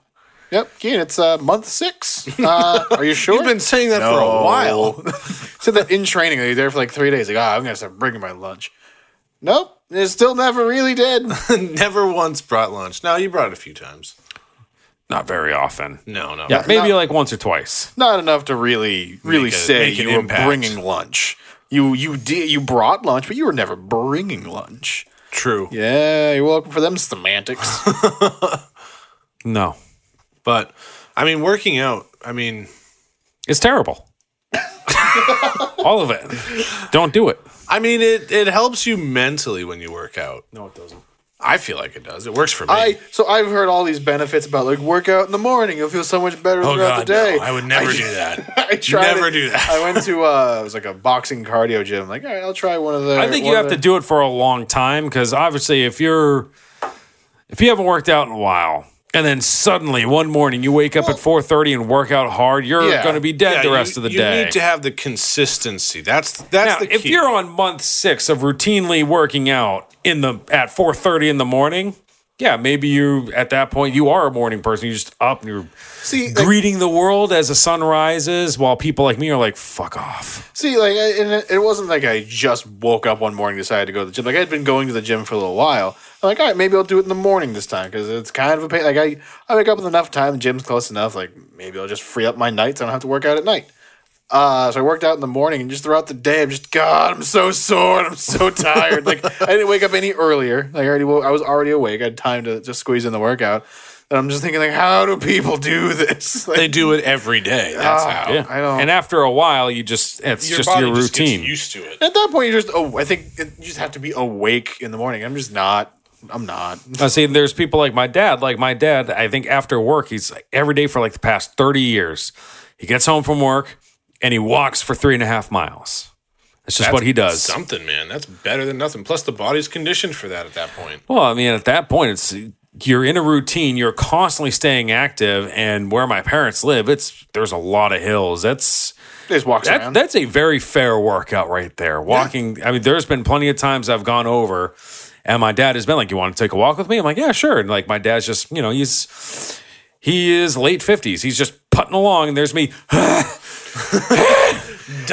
[SPEAKER 1] Yep, Keenan, it's uh, month six. Uh, are you sure?
[SPEAKER 2] You've been saying that for
[SPEAKER 1] No.
[SPEAKER 2] a while.
[SPEAKER 1] Said that in training, they were there for like three days. Like, ah, I'm gonna start bringing my lunch. Nope, it still never really did.
[SPEAKER 2] never once brought lunch. No, you brought it a few times.
[SPEAKER 3] Not very often.
[SPEAKER 2] No, no.
[SPEAKER 3] Yeah, maybe like once or twice.
[SPEAKER 1] Not enough to really, really
[SPEAKER 2] Make a-
[SPEAKER 1] say
[SPEAKER 2] make an
[SPEAKER 1] you were
[SPEAKER 2] impact.
[SPEAKER 1] bringing lunch. You you did you brought lunch, but you were never bringing lunch.
[SPEAKER 2] True.
[SPEAKER 1] Yeah, you're welcome for them semantics.
[SPEAKER 3] No,
[SPEAKER 2] But I mean working out, I mean
[SPEAKER 3] it's terrible. All of it. Don't do it.
[SPEAKER 2] I mean it it helps you mentally when you work out.
[SPEAKER 3] No, it doesn't.
[SPEAKER 2] I feel like it does. It works for me.
[SPEAKER 1] I so I've heard all these benefits about like work out in the morning. You'll feel so much better
[SPEAKER 2] oh
[SPEAKER 1] throughout
[SPEAKER 2] god,
[SPEAKER 1] the day.
[SPEAKER 2] no. I would never do that.
[SPEAKER 1] I tried
[SPEAKER 2] Never
[SPEAKER 1] it.
[SPEAKER 2] do that.
[SPEAKER 1] I went to uh, it was like a boxing cardio gym. Like, all right, I'll try one of the.
[SPEAKER 3] I think you
[SPEAKER 1] one
[SPEAKER 3] have
[SPEAKER 1] of
[SPEAKER 3] to
[SPEAKER 1] the-
[SPEAKER 3] do it for a long time because obviously, if you're if you haven't worked out in a while, and then suddenly one morning you wake up at four thirty and work out hard, you're
[SPEAKER 1] Yeah.
[SPEAKER 3] going to be dead
[SPEAKER 2] Yeah,
[SPEAKER 3] the
[SPEAKER 2] you-
[SPEAKER 3] rest of the
[SPEAKER 2] you
[SPEAKER 3] day.
[SPEAKER 2] need to have the consistency. That's that's
[SPEAKER 3] now,
[SPEAKER 2] the key.
[SPEAKER 3] if you're on month six of routinely working out in the at four thirty in the morning, yeah, maybe you at that point you are a morning person. You're just up and you're
[SPEAKER 1] see like,
[SPEAKER 3] greeting the world as the sun rises, while people like me are like, "Fuck off."
[SPEAKER 1] see like, I, and it- it wasn't like I just woke up one morning and decided to go to the gym. Like I had been going to the gym for a little while. I'm like, all right, maybe I'll do it in the morning this time because it's kind of a pain. Like I, I wake up with enough time. The gym's close enough. Like maybe I'll just free up my nights. I don't have to work out at night. Uh, so I worked out in the morning and just throughout the day, I'm just God, I'm so sore and I'm so tired. like I didn't wake up any earlier. Like I already, wo- I was already awake. I had time to just squeeze in the workout. And I'm just thinking, like, how do people do this? Like,
[SPEAKER 2] they do it every day. That's how.
[SPEAKER 3] Yeah,
[SPEAKER 1] I don't-
[SPEAKER 3] And after a while, you just it's just your routine.
[SPEAKER 2] just gets used to it.
[SPEAKER 1] At that point, you're just oh, I think it, you just have to be awake in the morning. I'm just not. I'm not.
[SPEAKER 3] I see. There's people like my dad. Like my dad, I think after work, he's like, every day for like the past 30 years. He gets home from work and he walks for three and a half miles. That's just what he does.
[SPEAKER 2] Something, man. That's better than nothing. Plus, the body's conditioned for that at that point.
[SPEAKER 3] well, I mean, at that point, it's you're in a routine. You're constantly staying active. And where my parents live, it's there's a lot of hills. That's
[SPEAKER 1] He just walks
[SPEAKER 3] that,
[SPEAKER 1] around.
[SPEAKER 3] that's a very fair workout right there. Walking. I mean, there's been plenty of times I've gone over, and my dad has been like, "You want to take a walk with me?" I'm like, "Yeah, sure." And like, my dad's just, you know, he's he is late fifties. He's just putting along, and there's me.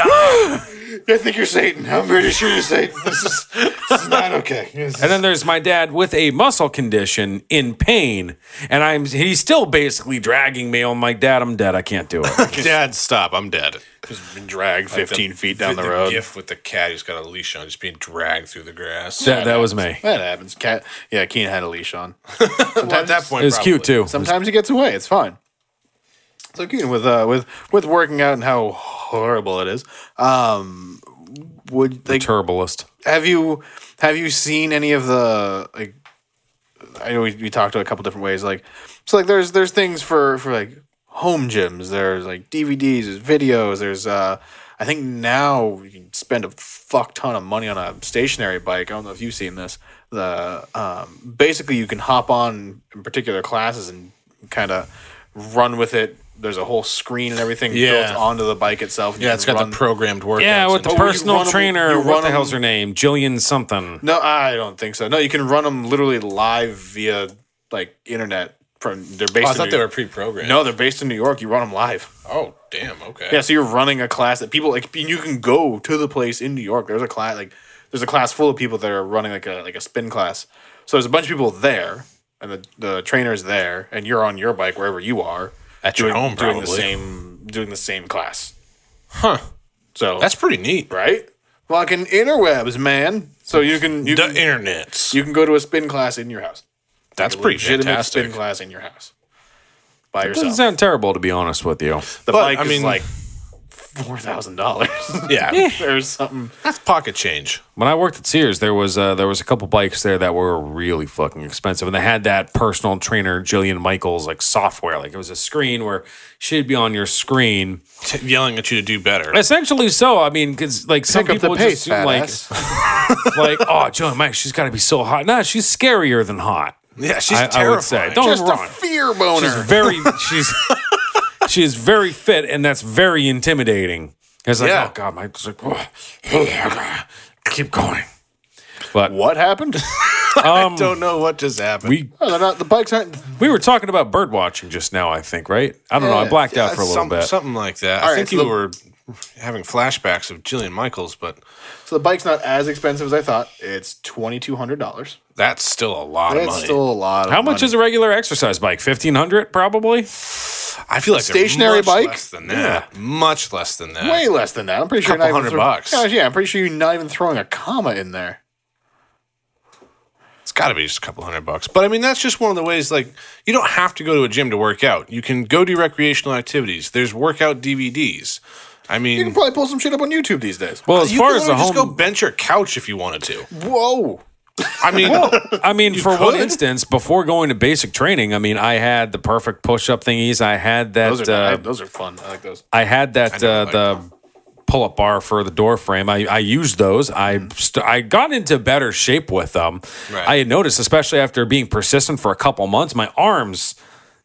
[SPEAKER 1] I think you're Satan. I'm pretty sure you're Satan. This is, this is not okay. This
[SPEAKER 3] And then there's my dad with a muscle condition in pain, and I'm he's still basically dragging me. I'm like, Dad, I'm dead. I can't do it.
[SPEAKER 2] Dad, stop. I'm dead.
[SPEAKER 1] has been dragged 15 feet down the,
[SPEAKER 2] the
[SPEAKER 1] road.
[SPEAKER 2] gif with the cat who's got a leash on, just being dragged through the grass.
[SPEAKER 3] that, that was me.
[SPEAKER 1] That happens. Cat. Yeah, Keenan had a leash on.
[SPEAKER 2] at that point,
[SPEAKER 3] It was
[SPEAKER 2] probably.
[SPEAKER 3] cute too.
[SPEAKER 1] Sometimes he gets away. It's fine. So Keenan, with uh, with with working out and how horrible it is, um, would like
[SPEAKER 3] Turbalist.
[SPEAKER 1] have you have you seen any of the like I know we, we talked to a couple different ways like so like there's there's things for for like home gyms there's like DVDs there's videos there's uh I think now you can spend a fuck ton of money on a stationary bike I don't know if you've seen this the um basically you can hop on in particular classes and kind of run with it there's a whole screen and everything
[SPEAKER 2] Yeah.
[SPEAKER 1] built onto the bike itself. and you
[SPEAKER 2] Yeah, it's
[SPEAKER 1] can
[SPEAKER 2] got
[SPEAKER 1] run-
[SPEAKER 2] the programmed workouts.
[SPEAKER 3] Yeah, with the
[SPEAKER 2] and-
[SPEAKER 1] you
[SPEAKER 3] personal
[SPEAKER 1] run 'em-
[SPEAKER 3] trainer.
[SPEAKER 1] you
[SPEAKER 3] what
[SPEAKER 1] run
[SPEAKER 3] the
[SPEAKER 1] 'em-
[SPEAKER 3] hell's her name? Jillian something.
[SPEAKER 1] No, I don't think so. No, you can run them literally live via like internet. From they're based.
[SPEAKER 2] Oh, I
[SPEAKER 1] in
[SPEAKER 2] thought
[SPEAKER 1] New-
[SPEAKER 2] they were pre-programmed.
[SPEAKER 1] No, they're based in New York. You run them live.
[SPEAKER 2] Oh, damn. Okay.
[SPEAKER 1] Yeah, so you're running a class that people like. You can go to the place in New York. There's a class like there's a class full of people that are running like a like a spin class. So there's a bunch of people there, and the the trainer's there, and you're on your bike wherever you are
[SPEAKER 2] At your home,
[SPEAKER 1] doing the
[SPEAKER 2] probably.
[SPEAKER 1] same doing the same class.
[SPEAKER 2] Huh.
[SPEAKER 1] So
[SPEAKER 2] That's pretty neat.
[SPEAKER 1] right. Fucking interwebs, man. So you can you
[SPEAKER 2] The
[SPEAKER 1] can,
[SPEAKER 2] internets.
[SPEAKER 1] you can go to a spin class in your house.
[SPEAKER 2] That's pretty
[SPEAKER 1] legitimate spin
[SPEAKER 2] fantastic.
[SPEAKER 1] class in your house by
[SPEAKER 3] Doesn't
[SPEAKER 1] yourself.
[SPEAKER 3] sound terrible, to be honest with you.
[SPEAKER 1] the
[SPEAKER 2] But,
[SPEAKER 1] bike
[SPEAKER 2] I
[SPEAKER 1] is
[SPEAKER 2] mean-
[SPEAKER 1] like four thousand dollars.
[SPEAKER 2] Yeah.
[SPEAKER 1] There's something.
[SPEAKER 2] That's pocket change.
[SPEAKER 3] When I worked at Sears, there was uh, there was a couple bikes there that were really fucking expensive, and they had that personal trainer Jillian Michaels like software. Like it was a screen where she'd be on your screen,
[SPEAKER 2] T- yelling at you to do better.
[SPEAKER 3] essentially. So I mean, because like some
[SPEAKER 1] Pick up
[SPEAKER 3] people
[SPEAKER 1] the
[SPEAKER 3] would
[SPEAKER 1] pace,
[SPEAKER 3] just assume, like
[SPEAKER 1] badass.
[SPEAKER 3] like oh Jillian Mike, she's got to be so hot. Nah, she's scarier than hot.
[SPEAKER 2] Yeah, she's
[SPEAKER 3] I- I would say.
[SPEAKER 2] terrifying.
[SPEAKER 3] Don't
[SPEAKER 1] just
[SPEAKER 3] wrong.
[SPEAKER 1] a fear boner.
[SPEAKER 3] She's very she's she is very fit, and that's very intimidating. It's like
[SPEAKER 2] Yeah.
[SPEAKER 3] oh god, my it's like oh, keep going. But Um,
[SPEAKER 1] what happened?
[SPEAKER 2] I don't know what just happened.
[SPEAKER 3] we
[SPEAKER 1] Oh, they're not, the bikes aren't.
[SPEAKER 3] We were talking about bird watching just now, I think, right? I don't know. I
[SPEAKER 1] Yeah.
[SPEAKER 3] blacked out for a little
[SPEAKER 2] Some-
[SPEAKER 3] bit.
[SPEAKER 2] Something like that. I
[SPEAKER 1] right,
[SPEAKER 2] think
[SPEAKER 1] so
[SPEAKER 2] you
[SPEAKER 1] the-
[SPEAKER 2] were having flashbacks of Jillian Michaels, but
[SPEAKER 1] So the bike's not as expensive as I thought. It's twenty two hundred dollars.
[SPEAKER 2] that's still a lot of
[SPEAKER 1] That's
[SPEAKER 2] money.
[SPEAKER 1] still a lot. Of
[SPEAKER 3] How much is a regular exercise bike? Fifteen hundred, probably.
[SPEAKER 2] I feel like they're
[SPEAKER 1] stationary
[SPEAKER 2] much
[SPEAKER 1] bike?
[SPEAKER 2] Less than that. Much less than that.
[SPEAKER 1] Way less than that. I'm pretty sure.
[SPEAKER 2] Couple
[SPEAKER 1] you're not even
[SPEAKER 2] hundred
[SPEAKER 1] throw-
[SPEAKER 2] bucks.
[SPEAKER 1] Gosh, yeah, I'm pretty sure you're not even throwing a comma in there.
[SPEAKER 2] It's got to be just a couple hundred bucks. But I mean, that's just one of the ways, like, you don't have to go to a gym to work out. You can go do recreational activities. There's workout DVDs. I mean,
[SPEAKER 1] You can probably pull some shit up on YouTube these days.
[SPEAKER 3] Well, as
[SPEAKER 2] Uh, you
[SPEAKER 3] far
[SPEAKER 2] could
[SPEAKER 3] as the
[SPEAKER 2] literally just
[SPEAKER 3] home,
[SPEAKER 2] go bench your couch if you wanted to.
[SPEAKER 1] Whoa.
[SPEAKER 2] I mean,
[SPEAKER 3] I mean, for one
[SPEAKER 2] could.
[SPEAKER 3] instance, before going to basic training, I mean, I had the perfect push-up thingies. I had that.
[SPEAKER 1] Those are
[SPEAKER 3] uh,
[SPEAKER 1] I- those are fun. I like those.
[SPEAKER 3] I had that
[SPEAKER 2] know,
[SPEAKER 3] uh,
[SPEAKER 2] like-
[SPEAKER 3] the pull-up bar for the door frame. I, I used those. I st- I got into better shape with them.
[SPEAKER 2] Mm-hmm. Right.
[SPEAKER 3] I had noticed, especially after being persistent for a couple months, my arms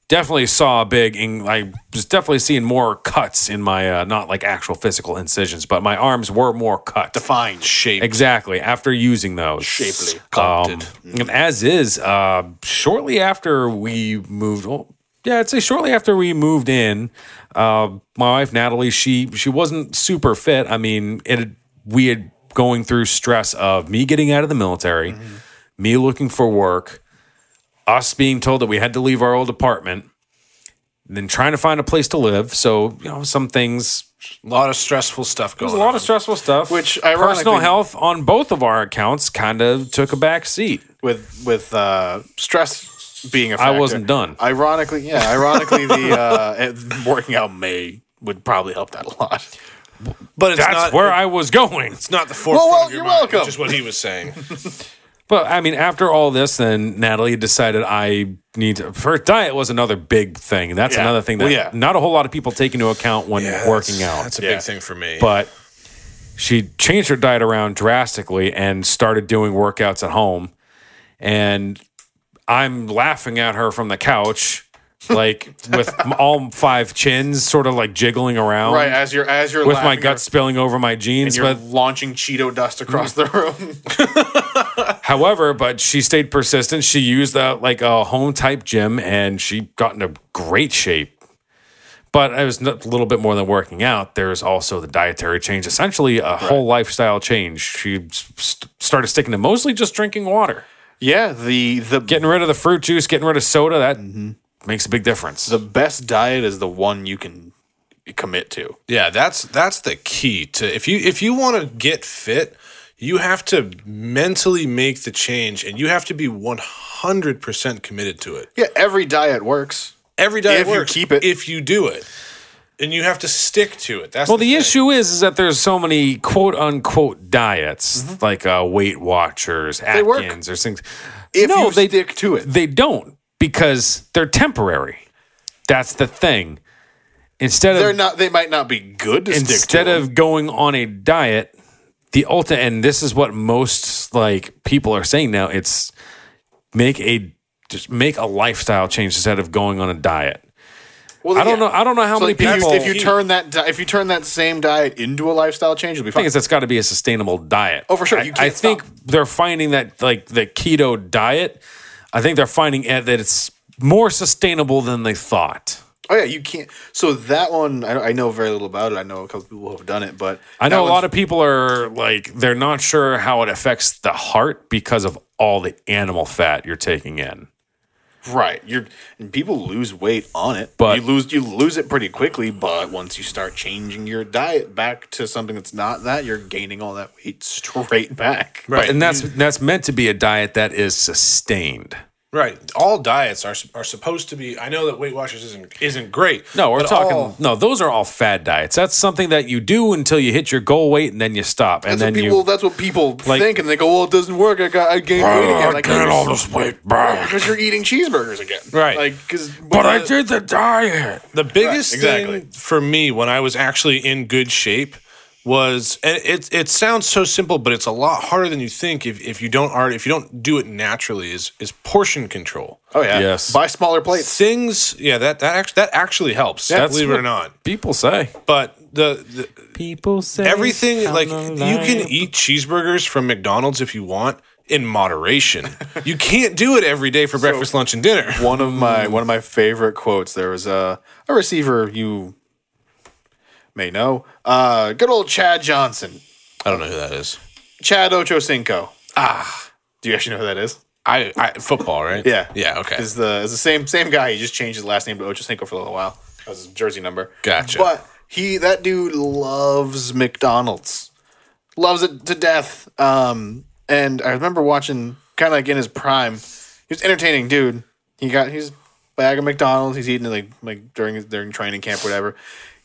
[SPEAKER 3] definitely saw a big. In, I was definitely seeing more cuts in my uh, not like actual physical incisions, but my arms were more cut.
[SPEAKER 1] Fine.
[SPEAKER 2] shape.
[SPEAKER 3] Exactly. After using those,
[SPEAKER 1] Shapely.
[SPEAKER 3] Um,
[SPEAKER 2] Sculpted.
[SPEAKER 3] and as is, uh, shortly after we moved, well, yeah, I'd say shortly after we moved in, uh, my wife Natalie, she she wasn't super fit. I mean, it had- we had going through stress of me getting out of the military, me looking for work, us being told that we had to leave our old apartment. and Then trying to find a place to live, so you know some things
[SPEAKER 2] A lot of stressful stuff going
[SPEAKER 3] there's a lot
[SPEAKER 2] on.
[SPEAKER 3] of stressful stuff.
[SPEAKER 1] Which,
[SPEAKER 3] personal
[SPEAKER 1] ironically-
[SPEAKER 3] health on both of our accounts kind of took a back seat.
[SPEAKER 1] with with uh, stress being a
[SPEAKER 3] I
[SPEAKER 1] factor.
[SPEAKER 3] wasn't done.
[SPEAKER 1] Ironically, yeah, ironically, the uh, it- working out may would probably help that a lot.
[SPEAKER 2] but it's
[SPEAKER 3] That's
[SPEAKER 2] not,
[SPEAKER 3] where I was going.
[SPEAKER 2] it's not the forefront
[SPEAKER 1] well,
[SPEAKER 2] of your
[SPEAKER 1] you're
[SPEAKER 2] mind,
[SPEAKER 1] welcome.
[SPEAKER 2] Which is what he was saying.
[SPEAKER 3] But I mean, after all this, then Natalie decided I need to. Her diet was another big thing. And that's
[SPEAKER 1] Yeah.
[SPEAKER 3] another thing that
[SPEAKER 1] Well, yeah.
[SPEAKER 3] not a whole lot of people take into account when
[SPEAKER 2] Yeah,
[SPEAKER 3] working
[SPEAKER 2] that's-
[SPEAKER 3] out.
[SPEAKER 2] That's a
[SPEAKER 1] Yeah.
[SPEAKER 2] big thing for me.
[SPEAKER 3] but she changed her diet around drastically and started doing workouts at home and i'm laughing at her from the couch like with all five chins sort of like jiggling around
[SPEAKER 1] Right as you're as you're
[SPEAKER 3] Um, with my
[SPEAKER 1] laughing,
[SPEAKER 3] gut spilling over my jeans
[SPEAKER 1] you're, you're
[SPEAKER 3] but
[SPEAKER 1] launching Cheeto dust
[SPEAKER 3] Mm.
[SPEAKER 1] across the room.
[SPEAKER 3] however but she stayed persistent she used a like a home type gym and she got into great shape but it was not- a little bit more than working out. There's also the dietary change, essentially a whole lifestyle change. She st- started sticking to mostly just drinking water,
[SPEAKER 1] yeah, the the
[SPEAKER 3] getting rid of the fruit juice, getting rid of soda. That makes a big difference.
[SPEAKER 1] Mm-hmm. the best diet is the one you can commit to.
[SPEAKER 2] Yeah, that's that's the key to if you if you want to get fit, you have to mentally make the change and you have to be 100% committed to it.
[SPEAKER 1] Yeah, every diet works.
[SPEAKER 2] Every diet
[SPEAKER 1] If you
[SPEAKER 2] works
[SPEAKER 1] keep it.
[SPEAKER 2] if you do it. And you have to stick to it. That's
[SPEAKER 3] well, the
[SPEAKER 2] thing.
[SPEAKER 3] issue is, is that there's so many quote unquote diets, like uh, Weight Watchers,
[SPEAKER 1] Mm-hmm. work.
[SPEAKER 3] Atkins, or things.
[SPEAKER 1] If
[SPEAKER 3] No,
[SPEAKER 1] you
[SPEAKER 3] they-
[SPEAKER 1] stick to it,
[SPEAKER 3] They don't because they're temporary. That's the thing. Instead
[SPEAKER 1] they're
[SPEAKER 3] of
[SPEAKER 1] not. They might not be good to stick to.
[SPEAKER 3] instead
[SPEAKER 1] them.
[SPEAKER 3] of going on a diet, the ultimate and this is what most like people are saying now, it's make a just make a lifestyle change instead of going on a diet.
[SPEAKER 1] Well,
[SPEAKER 3] I don't
[SPEAKER 1] yeah.
[SPEAKER 3] know. I don't know how
[SPEAKER 1] So
[SPEAKER 3] many
[SPEAKER 1] if you-
[SPEAKER 3] people.
[SPEAKER 1] if you turn that, di- if you turn that same diet into a lifestyle change, it'll be
[SPEAKER 3] I
[SPEAKER 1] fine.
[SPEAKER 3] think it's, it's got to be a sustainable diet.
[SPEAKER 1] Oh, for sure.
[SPEAKER 3] I,
[SPEAKER 1] You
[SPEAKER 3] I
[SPEAKER 1] can't
[SPEAKER 3] think
[SPEAKER 1] stop.
[SPEAKER 3] they're finding that like the keto diet. I think they're finding it that it's more sustainable than they thought.
[SPEAKER 1] Oh yeah, you can't. So that one, I, I know very little about it. I know a couple people who have done it, but
[SPEAKER 3] I know a lot of people are like they're not sure how it affects the heart because of all the animal fat you're taking in.
[SPEAKER 1] of right. You're and people lose weight on it,
[SPEAKER 3] But-
[SPEAKER 1] you lose you lose it pretty quickly. But once you start changing your diet back to something that's not that, you're gaining all that weight straight back.
[SPEAKER 2] Right.
[SPEAKER 3] And that's that's meant to be a diet that is sustained.
[SPEAKER 2] Right. All diets are are supposed to be. I know that Weight Watchers isn't isn't great.
[SPEAKER 3] No, we're
[SPEAKER 2] but
[SPEAKER 3] talking
[SPEAKER 2] all-
[SPEAKER 3] no, those are all fad diets. That's something that you do until you hit your goal weight and then you stop. And
[SPEAKER 1] That's what
[SPEAKER 3] then
[SPEAKER 1] people.
[SPEAKER 3] you
[SPEAKER 1] that's what people
[SPEAKER 3] like-
[SPEAKER 1] think, and they go, "Well, it doesn't work. I got I gained weight again." Like,
[SPEAKER 3] this weight back.
[SPEAKER 1] because you're eating cheeseburgers again,
[SPEAKER 3] Right.
[SPEAKER 1] Like, because
[SPEAKER 3] did the diet.
[SPEAKER 2] The biggest
[SPEAKER 1] exactly.
[SPEAKER 2] thing for me when I was actually in good shape was and it it sounds so simple, but it's a lot harder than you think if, if you don't art if you don't do it naturally is is portion control.
[SPEAKER 1] oh yeah,
[SPEAKER 3] Yes.
[SPEAKER 1] buy smaller plates.
[SPEAKER 2] Things yeah, that that actually that actually helps,
[SPEAKER 3] That's
[SPEAKER 2] believe it
[SPEAKER 3] what
[SPEAKER 2] or not.
[SPEAKER 3] People say.
[SPEAKER 2] But the, the
[SPEAKER 3] People say
[SPEAKER 2] everything like you can eat cheeseburgers from McDonald's if you want in moderation. you can't do it every day for breakfast, lunch, and dinner.
[SPEAKER 1] one of my one of my favorite quotes. There was a a receiver you may know, uh, good old Chad Johnson,
[SPEAKER 2] I don't know who that is.
[SPEAKER 1] Chad Ochocinco. Ah, do you actually know who that is?
[SPEAKER 2] I, I football, right?
[SPEAKER 1] Yeah,
[SPEAKER 2] Yeah, okay.
[SPEAKER 1] Is the is the same same guy? He just changed his last name to Ochocinco for a little while. That was his jersey number.
[SPEAKER 2] Gotcha.
[SPEAKER 1] But he that dude loves McDonald's, loves it to death. Um, and I remember watching kind of like in his prime, he was entertaining dude. He got his bag of McDonald's. He's eating it like like during his during training camp, whatever.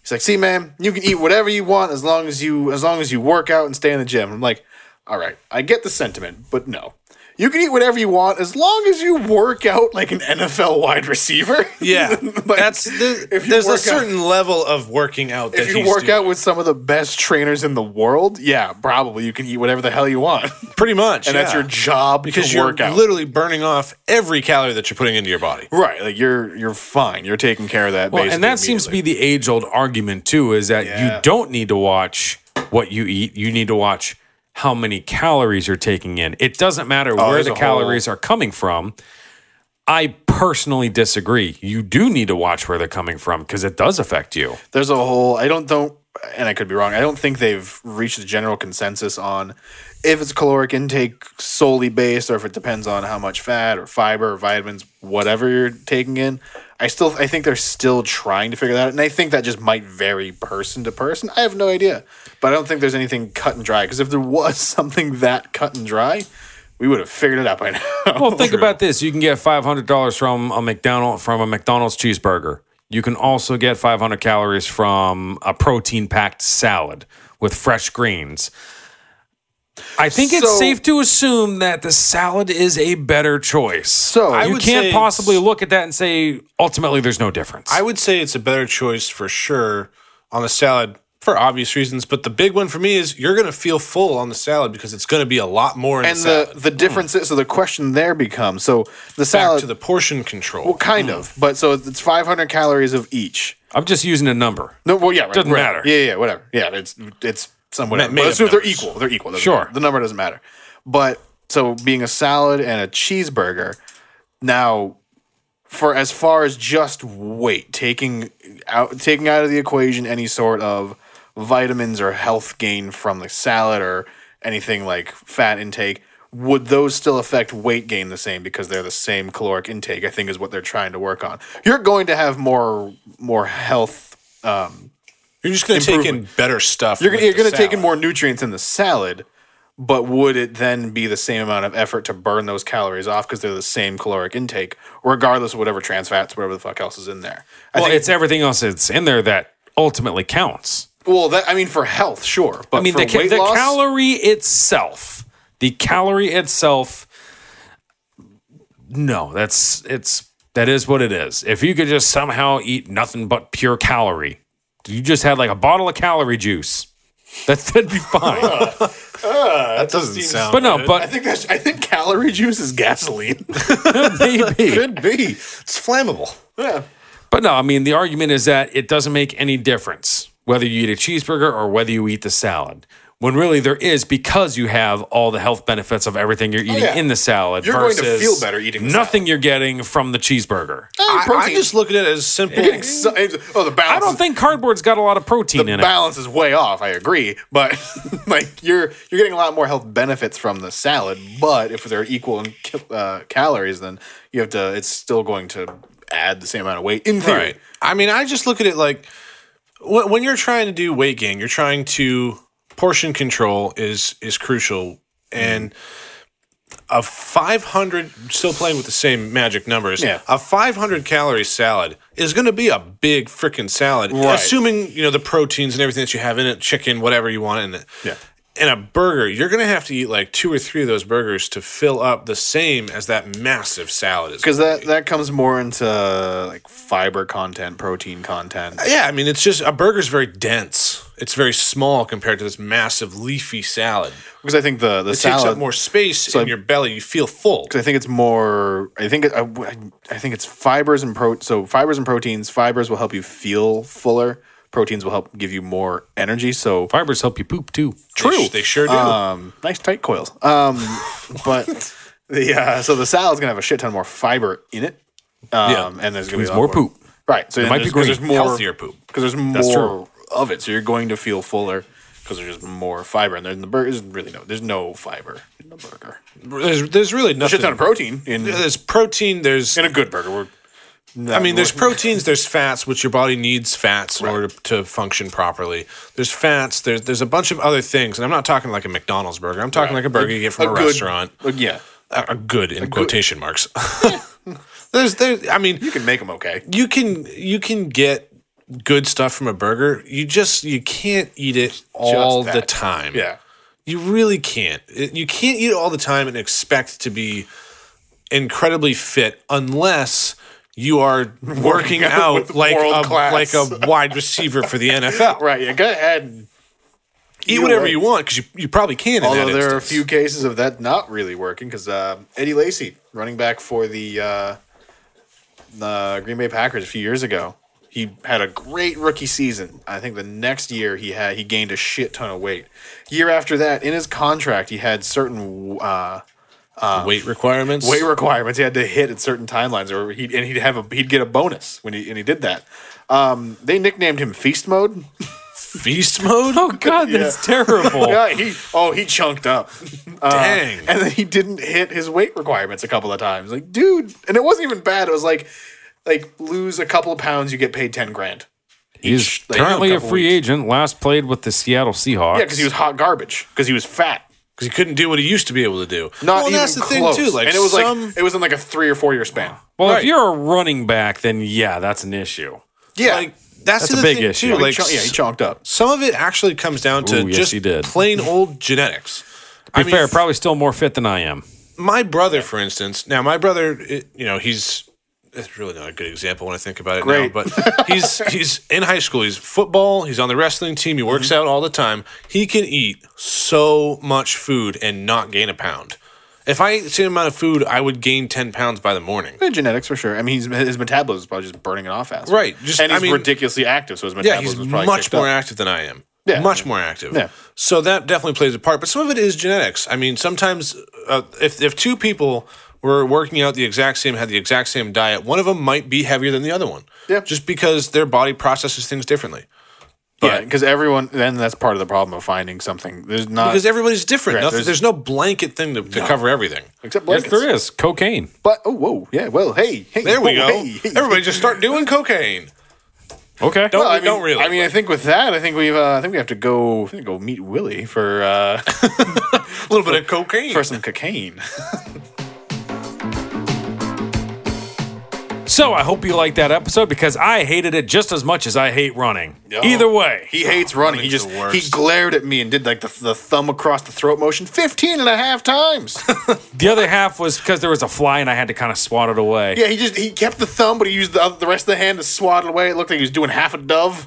[SPEAKER 1] He's like, "See, man, you can eat whatever you want as long as you as long as you work out and stay in the gym." I'm like, "All right, I get the sentiment, but no." You can eat whatever you want as long as you work out like an NFL wide receiver.
[SPEAKER 2] Yeah,
[SPEAKER 1] Like,
[SPEAKER 2] that's the,
[SPEAKER 1] if you
[SPEAKER 2] there's a
[SPEAKER 1] work out-
[SPEAKER 2] certain level of working out. That
[SPEAKER 1] if you
[SPEAKER 2] he's
[SPEAKER 1] work
[SPEAKER 2] doing.
[SPEAKER 1] out with some of the best trainers in the world, yeah, probably you can eat whatever the hell you want, and
[SPEAKER 2] pretty much, and
[SPEAKER 1] that's your job
[SPEAKER 2] because
[SPEAKER 1] to
[SPEAKER 2] you're
[SPEAKER 1] work out.
[SPEAKER 2] literally burning off every calorie that you're putting into your body.
[SPEAKER 1] right, like you're you're fine. You're taking care of that.
[SPEAKER 3] Well, and that seems to be the age old argument too is that
[SPEAKER 1] Yeah.
[SPEAKER 3] you don't need to watch what you eat. You need to watch how many calories you're taking in. It doesn't matter where
[SPEAKER 1] Oh, there's
[SPEAKER 3] the
[SPEAKER 1] a whole-
[SPEAKER 3] calories are coming from. I personally disagree. You do need to watch where they're coming from because it does affect you.
[SPEAKER 1] there's a whole. I don't don't, and I could be wrong. I don't think they've reached a general consensus on if it's caloric intake solely based, or if it depends on how much fat or fiber or vitamins, whatever you're taking in. I still, I think they're still trying to figure that out, and I think that just might vary person to person. I have no idea, but I don't think there's anything cut and dry. Because if there was something that cut and dry, we would have figured it out by now.
[SPEAKER 3] Well, think about this. You can get five hundred dollars from a McDonald from a McDonald's cheeseburger. You can also get five hundred calories from a protein packed salad with fresh greens. I think it's
[SPEAKER 1] So-
[SPEAKER 3] safe to assume that the salad is a better choice.
[SPEAKER 1] So- I
[SPEAKER 3] you
[SPEAKER 2] would
[SPEAKER 3] can't
[SPEAKER 2] say-
[SPEAKER 3] possibly look at that and say ultimately there's no difference.
[SPEAKER 2] I would say it's a better choice for sure on the salad for obvious reasons, but the big one for me is you're gonna feel full on the salad because it's gonna be a lot more in
[SPEAKER 1] and
[SPEAKER 2] the
[SPEAKER 1] the
[SPEAKER 2] salad.
[SPEAKER 1] the differences. So the question there becomes: so the
[SPEAKER 2] Back
[SPEAKER 1] salad.
[SPEAKER 2] to the portion control.
[SPEAKER 1] well, kind of, but so it's 500 calories of each.
[SPEAKER 3] I'm just using a number.
[SPEAKER 1] No, well, yeah, right,
[SPEAKER 3] Doesn't
[SPEAKER 1] right.
[SPEAKER 3] matter.
[SPEAKER 1] Yeah, yeah, whatever. Yeah, it's it's somewhat.
[SPEAKER 2] Ma-
[SPEAKER 1] But
[SPEAKER 2] made
[SPEAKER 1] let's
[SPEAKER 2] up
[SPEAKER 1] do it- they're
[SPEAKER 2] numbers.
[SPEAKER 1] equal. They're equal. doesn't
[SPEAKER 3] Sure.
[SPEAKER 1] matter. the number doesn't matter. But so being a salad and a cheeseburger, now for as far as just weight, taking out taking out of the equation any sort of vitamins or health gain from the salad or anything like fat intake, would those still affect weight gain the same because they're the same caloric intake? I think is what they're trying to work on. You're going to have more more health
[SPEAKER 2] you're just gonna take in
[SPEAKER 1] improvement.
[SPEAKER 2] better stuff.
[SPEAKER 1] you're gonna,
[SPEAKER 2] with
[SPEAKER 1] you're gonna
[SPEAKER 2] the
[SPEAKER 1] take in
[SPEAKER 2] salad.
[SPEAKER 1] more nutrients in the salad, but would it then be the same amount of effort to burn those calories off because they're the same caloric intake, regardless of whatever trans fats, whatever the fuck else is in there? I
[SPEAKER 3] Well,
[SPEAKER 1] think,
[SPEAKER 3] it's everything else that's in there that ultimately counts.
[SPEAKER 1] well, that I mean for health, sure, but
[SPEAKER 3] I mean,
[SPEAKER 1] for
[SPEAKER 3] the, ca-
[SPEAKER 1] weight
[SPEAKER 3] the
[SPEAKER 1] loss,
[SPEAKER 3] calorie itself, the calorie itself. No, that's it's that is what it is. If you could just somehow eat nothing but pure calorie, you just had like a bottle of calorie juice. That's that'd be fine.
[SPEAKER 2] that doesn't sound
[SPEAKER 3] but no,
[SPEAKER 1] I
[SPEAKER 3] but
[SPEAKER 1] think that's, I think calorie juice is gasoline.
[SPEAKER 3] maybe.
[SPEAKER 2] could be. It's flammable.
[SPEAKER 1] yeah.
[SPEAKER 3] But no, I mean, the argument is that it doesn't make any difference whether you eat a cheeseburger or whether you eat the salad. When really there is because you have all the health benefits of everything you're eating
[SPEAKER 1] Oh, yeah.
[SPEAKER 3] in the salad.
[SPEAKER 1] You're going to
[SPEAKER 3] versus
[SPEAKER 1] feel better eating the
[SPEAKER 3] nothing you're getting from the cheeseburgor.
[SPEAKER 2] I, I'm
[SPEAKER 1] protein.
[SPEAKER 2] just looking at it as simple.
[SPEAKER 1] Getting so- oh, the balance.
[SPEAKER 3] I don't
[SPEAKER 1] is-
[SPEAKER 3] think cardboard's got a lot of protein in it.
[SPEAKER 1] balance is way off. I agree, but like you're you're getting a lot more health benefits from the salad. But if they're equal in ca- uh, calories, then you have to. It's still going to add the same amount of weight in theory.
[SPEAKER 2] Right. I mean, I just look at it like when, when you're trying to do weight gain, you're trying to portion control is is crucial and a 500 still playing with the same magic numbers
[SPEAKER 1] Yeah.
[SPEAKER 2] a 500 calorie salad is going to be a big freaking salad
[SPEAKER 1] Right.
[SPEAKER 2] assuming you know the proteins and everything that you have in it chicken whatever you want in it
[SPEAKER 1] Yeah.
[SPEAKER 2] in a burger you're going to have to eat like two or three of those burgers to fill up the same as that massive salad is
[SPEAKER 1] Because that that comes more into like fiber content, protein content.
[SPEAKER 2] Yeah, I mean, it's just a burger's very dense. It's very small compared to this massive leafy salad.
[SPEAKER 1] Because I think the the
[SPEAKER 2] It takes
[SPEAKER 1] salad
[SPEAKER 2] up more space in your belly. You feel full.
[SPEAKER 1] I think it's more. I think it, I, I think it's fibers and pro. So fibers and proteins. Fibers will help you feel fuller. Proteins will help give you more energy. So
[SPEAKER 3] Fibers help you poop too.
[SPEAKER 2] They, sh- they sure do.
[SPEAKER 1] Um, nice tight coils. Um, but the uh, so the salad's gonna have a shit ton more fiber in it. Um,
[SPEAKER 2] Yeah.
[SPEAKER 1] and there's gonna be a lot
[SPEAKER 3] more poop.
[SPEAKER 1] Right. So it
[SPEAKER 3] might be green.
[SPEAKER 1] there's more
[SPEAKER 2] Healthier poop.
[SPEAKER 1] because there's more
[SPEAKER 3] true.
[SPEAKER 1] of it. So you're going to feel fuller because there's just more fiber. And in the burger, there's really no there's no fiber in the burger.
[SPEAKER 2] there's, there's really nothing.
[SPEAKER 1] Shit ton of protein in
[SPEAKER 2] There's protein. There's
[SPEAKER 1] in a good burger. We're,
[SPEAKER 2] I mean, there's proteins, there's fats, which your body needs fats in order to, to function properly. There's fats, there's there's a bunch of other things, and I'm not talking like a McDonald's burger. I'm talking like a burger you get from a,
[SPEAKER 1] good-
[SPEAKER 2] restaurant.
[SPEAKER 1] uh, yeah,
[SPEAKER 2] A, a good in quotation marks. there's there. I mean,
[SPEAKER 1] you can make them okay.
[SPEAKER 2] you can you can get good stuff from a burger. You just you can't eat it all the
[SPEAKER 1] that.
[SPEAKER 2] time.
[SPEAKER 1] Yeah.
[SPEAKER 2] You really can't. It- You can't eat it all the time and expect to be incredibly fit unless you are working out
[SPEAKER 1] with
[SPEAKER 2] like
[SPEAKER 1] world
[SPEAKER 2] a,
[SPEAKER 1] class.
[SPEAKER 2] like a wide receiver for the NFL.
[SPEAKER 1] Right. You gotta add.
[SPEAKER 2] Eat whatever
[SPEAKER 1] right.
[SPEAKER 2] you want because you, you probably can. In
[SPEAKER 1] Although
[SPEAKER 2] that
[SPEAKER 1] there are a
[SPEAKER 2] instance.
[SPEAKER 1] few cases of that not really working because uh, Eddie Lacy, running back for the uh, the Green Bay Packers a few years ago, he had a great rookie season. I think the next year he had he gained a shit ton of weight. Year after that, in his contract, he had certain uh,
[SPEAKER 2] weight requirements.
[SPEAKER 1] weight requirements he had to hit at certain timelines, or he and he'd have a he'd get a bonus when he and he did that. Um, they nicknamed him Feast Mode.
[SPEAKER 2] feast mode.
[SPEAKER 3] Oh God, that's terrible.
[SPEAKER 1] yeah, he oh he chunked up.
[SPEAKER 2] Dang.
[SPEAKER 1] Uh, and then he didn't hit his weight requirements a couple of times. Like, dude, and it wasn't even bad. It was like, like lose a couple of pounds, you get paid ten grand.
[SPEAKER 3] He's
[SPEAKER 1] like,
[SPEAKER 3] currently a
[SPEAKER 1] couple
[SPEAKER 3] free agent. Last played with the Seattle Seahawks.
[SPEAKER 1] Yeah, because he was hot garbage. Because he was fat.
[SPEAKER 2] because he couldn't do what he used to be able to do.
[SPEAKER 1] Not
[SPEAKER 2] well, and
[SPEAKER 1] even
[SPEAKER 2] that's the
[SPEAKER 1] close.
[SPEAKER 2] thing too. Like
[SPEAKER 1] and it was
[SPEAKER 2] some,
[SPEAKER 1] like it was in like a three or four year span.
[SPEAKER 3] Well,
[SPEAKER 2] Right.
[SPEAKER 3] if you're a running back, then yeah, that's an issue.
[SPEAKER 1] Yeah,
[SPEAKER 2] like that's,
[SPEAKER 3] a
[SPEAKER 2] the
[SPEAKER 3] big
[SPEAKER 2] thing,
[SPEAKER 3] issue.
[SPEAKER 2] Too.
[SPEAKER 1] He
[SPEAKER 2] Like
[SPEAKER 1] chunk- yeah, he chonked up.
[SPEAKER 2] Some of it actually comes down to
[SPEAKER 3] Ooh, yes,
[SPEAKER 2] just
[SPEAKER 3] he did.
[SPEAKER 2] plain old genetics.
[SPEAKER 3] Be
[SPEAKER 2] I mean,
[SPEAKER 3] fair, probably still more fit than I am.
[SPEAKER 2] my brother, for instance. Now, my brother, it, you know, he's that's really not a good example when I think about it
[SPEAKER 1] Great.
[SPEAKER 2] now. But he's he's in high school. He's football. He's on the wrestling team. He works
[SPEAKER 3] Mm-hmm.
[SPEAKER 2] out all the time. He can eat so much food and not gain a pound. If I ate the same amount of food, I would gain ten pounds by the morning.
[SPEAKER 1] Yeah, genetics for sure. I mean, he's, his metabolism is probably just burning it off fast.
[SPEAKER 2] Right, just-
[SPEAKER 1] and
[SPEAKER 2] I
[SPEAKER 1] he's
[SPEAKER 2] mean-
[SPEAKER 1] ridiculously active, so his
[SPEAKER 2] Yeah, he's
[SPEAKER 1] metabolism is probably
[SPEAKER 2] much
[SPEAKER 1] kicked
[SPEAKER 2] more
[SPEAKER 1] up.
[SPEAKER 2] active than I am.
[SPEAKER 1] Yeah.
[SPEAKER 2] much more active.
[SPEAKER 1] Yeah.
[SPEAKER 2] So that definitely plays a part, but some of it is genetics. I mean, sometimes uh, if if two people were working out the exact same, had the exact same diet, one of them might be heavier than the other one.
[SPEAKER 1] Yeah.
[SPEAKER 2] Just because their body processes things differently.
[SPEAKER 1] Yeah, because everyone. Then that's part of the problem of finding something. There's not
[SPEAKER 2] Because everybody's different.
[SPEAKER 1] Right,
[SPEAKER 2] Nothing, there's,
[SPEAKER 1] there's-
[SPEAKER 2] no blanket thing to, to cover everything.
[SPEAKER 1] except
[SPEAKER 3] Yes,
[SPEAKER 1] blankets.
[SPEAKER 3] there is cocaine.
[SPEAKER 1] But oh, whoa, yeah. Well, hey, hey
[SPEAKER 2] There we
[SPEAKER 1] whoa,
[SPEAKER 2] go.
[SPEAKER 1] hey, hey.
[SPEAKER 2] Everybody just start doing cocaine.
[SPEAKER 3] Okay.
[SPEAKER 2] Don't,
[SPEAKER 1] Well, I mean,
[SPEAKER 2] don't really.
[SPEAKER 1] I mean, I think with that, I think we've, uh, I think we have to go, I think go meet Willie for uh,
[SPEAKER 2] a little bit of cocaine.
[SPEAKER 1] for some cocaine.
[SPEAKER 3] So I hope you liked that episode because I hated it just as much as I hate running.
[SPEAKER 1] Oh.
[SPEAKER 3] Either way,
[SPEAKER 1] he hates running. He
[SPEAKER 2] Running's
[SPEAKER 1] just
[SPEAKER 2] the worst.
[SPEAKER 1] he glared at me and did like the, the thumb across the throat motion 15 and a half times.
[SPEAKER 3] the other half was because there was a fly and I had to kind of swat it away.
[SPEAKER 1] yeah, he just he kept the thumb, but he used the, other- the rest of the hand to swat it away. It looked like he was doing half a dove.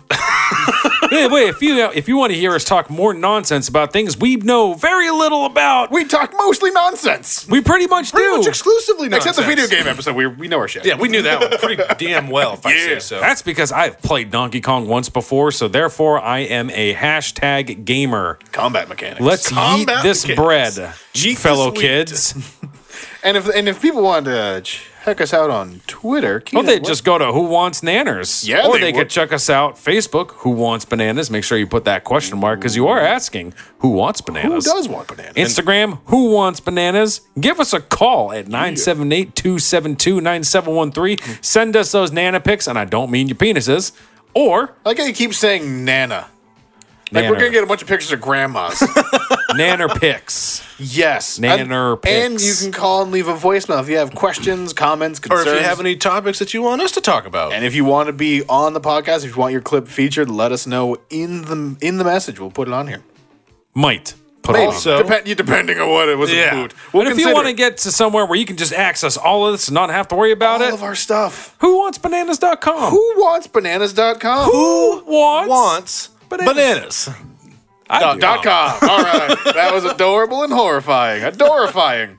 [SPEAKER 3] Wait, wait, if you uh, if you want to hear us talk more nonsense about things we know very little about,
[SPEAKER 1] We talk mostly nonsense.
[SPEAKER 3] we pretty much
[SPEAKER 2] Pretty
[SPEAKER 3] do.
[SPEAKER 2] much exclusively
[SPEAKER 1] Except the
[SPEAKER 2] nonsense.
[SPEAKER 1] video game episode. We, we know our shit.
[SPEAKER 2] Yeah, we knew that one pretty damn well, if I say so.
[SPEAKER 3] That's because I've played Donkey Kong once before, so therefore I am a hashtag gamer.
[SPEAKER 1] Combat mechanics.
[SPEAKER 3] Let's eat
[SPEAKER 1] Combat
[SPEAKER 3] this
[SPEAKER 1] mechanics.
[SPEAKER 3] bread,
[SPEAKER 1] Yeet
[SPEAKER 3] fellow
[SPEAKER 1] this wheat.
[SPEAKER 3] kids.
[SPEAKER 1] And if and if people want to check us out on Twitter,
[SPEAKER 3] Well,
[SPEAKER 1] Keenan,
[SPEAKER 3] they
[SPEAKER 1] what-
[SPEAKER 3] just go to Who Wants Nanners?
[SPEAKER 1] Yeah,
[SPEAKER 3] Or
[SPEAKER 1] they
[SPEAKER 3] they,
[SPEAKER 1] would.
[SPEAKER 3] could check us out Facebook, Who Wants Bananas? Make sure you put that question mark because you are asking who wants
[SPEAKER 1] who
[SPEAKER 3] bananas.
[SPEAKER 1] does want bananas?
[SPEAKER 3] Instagram, Who Wants Bananas? Give us a call at 978 272 9713. Send us those nana pics, and I don't mean your penises. Or
[SPEAKER 1] I like how you keep saying Nana. Like
[SPEAKER 3] Nanner.
[SPEAKER 1] we're gonna get a bunch of pictures of grandmas.
[SPEAKER 3] nanner pics.
[SPEAKER 1] yes,
[SPEAKER 3] Nanner
[SPEAKER 1] and, and you
[SPEAKER 3] pics.
[SPEAKER 1] can call and leave a voicemail if you have questions, comments,
[SPEAKER 2] or
[SPEAKER 1] concerns.
[SPEAKER 2] if you have any topics that you want us to talk about.
[SPEAKER 1] and if you want to be on the podcast, if you want your clip featured, let us know in the in the message. We'll put it on here.
[SPEAKER 3] Might. Put
[SPEAKER 1] Maybe.
[SPEAKER 3] on.
[SPEAKER 2] Also-
[SPEAKER 1] Depend- you- depending on what it was
[SPEAKER 2] Yeah.
[SPEAKER 1] included.
[SPEAKER 3] But if you
[SPEAKER 1] consider
[SPEAKER 3] want to get to somewhere where you can just access all of this and not have to worry about
[SPEAKER 1] all
[SPEAKER 3] it,
[SPEAKER 1] of our stuff,
[SPEAKER 3] who wants bananas.com?
[SPEAKER 1] who wants bananas.com?
[SPEAKER 3] Who wants?
[SPEAKER 2] wants bananas.
[SPEAKER 3] I do.
[SPEAKER 1] Ah, Dot com. All right. That was adorable and horrifying. Adorifying.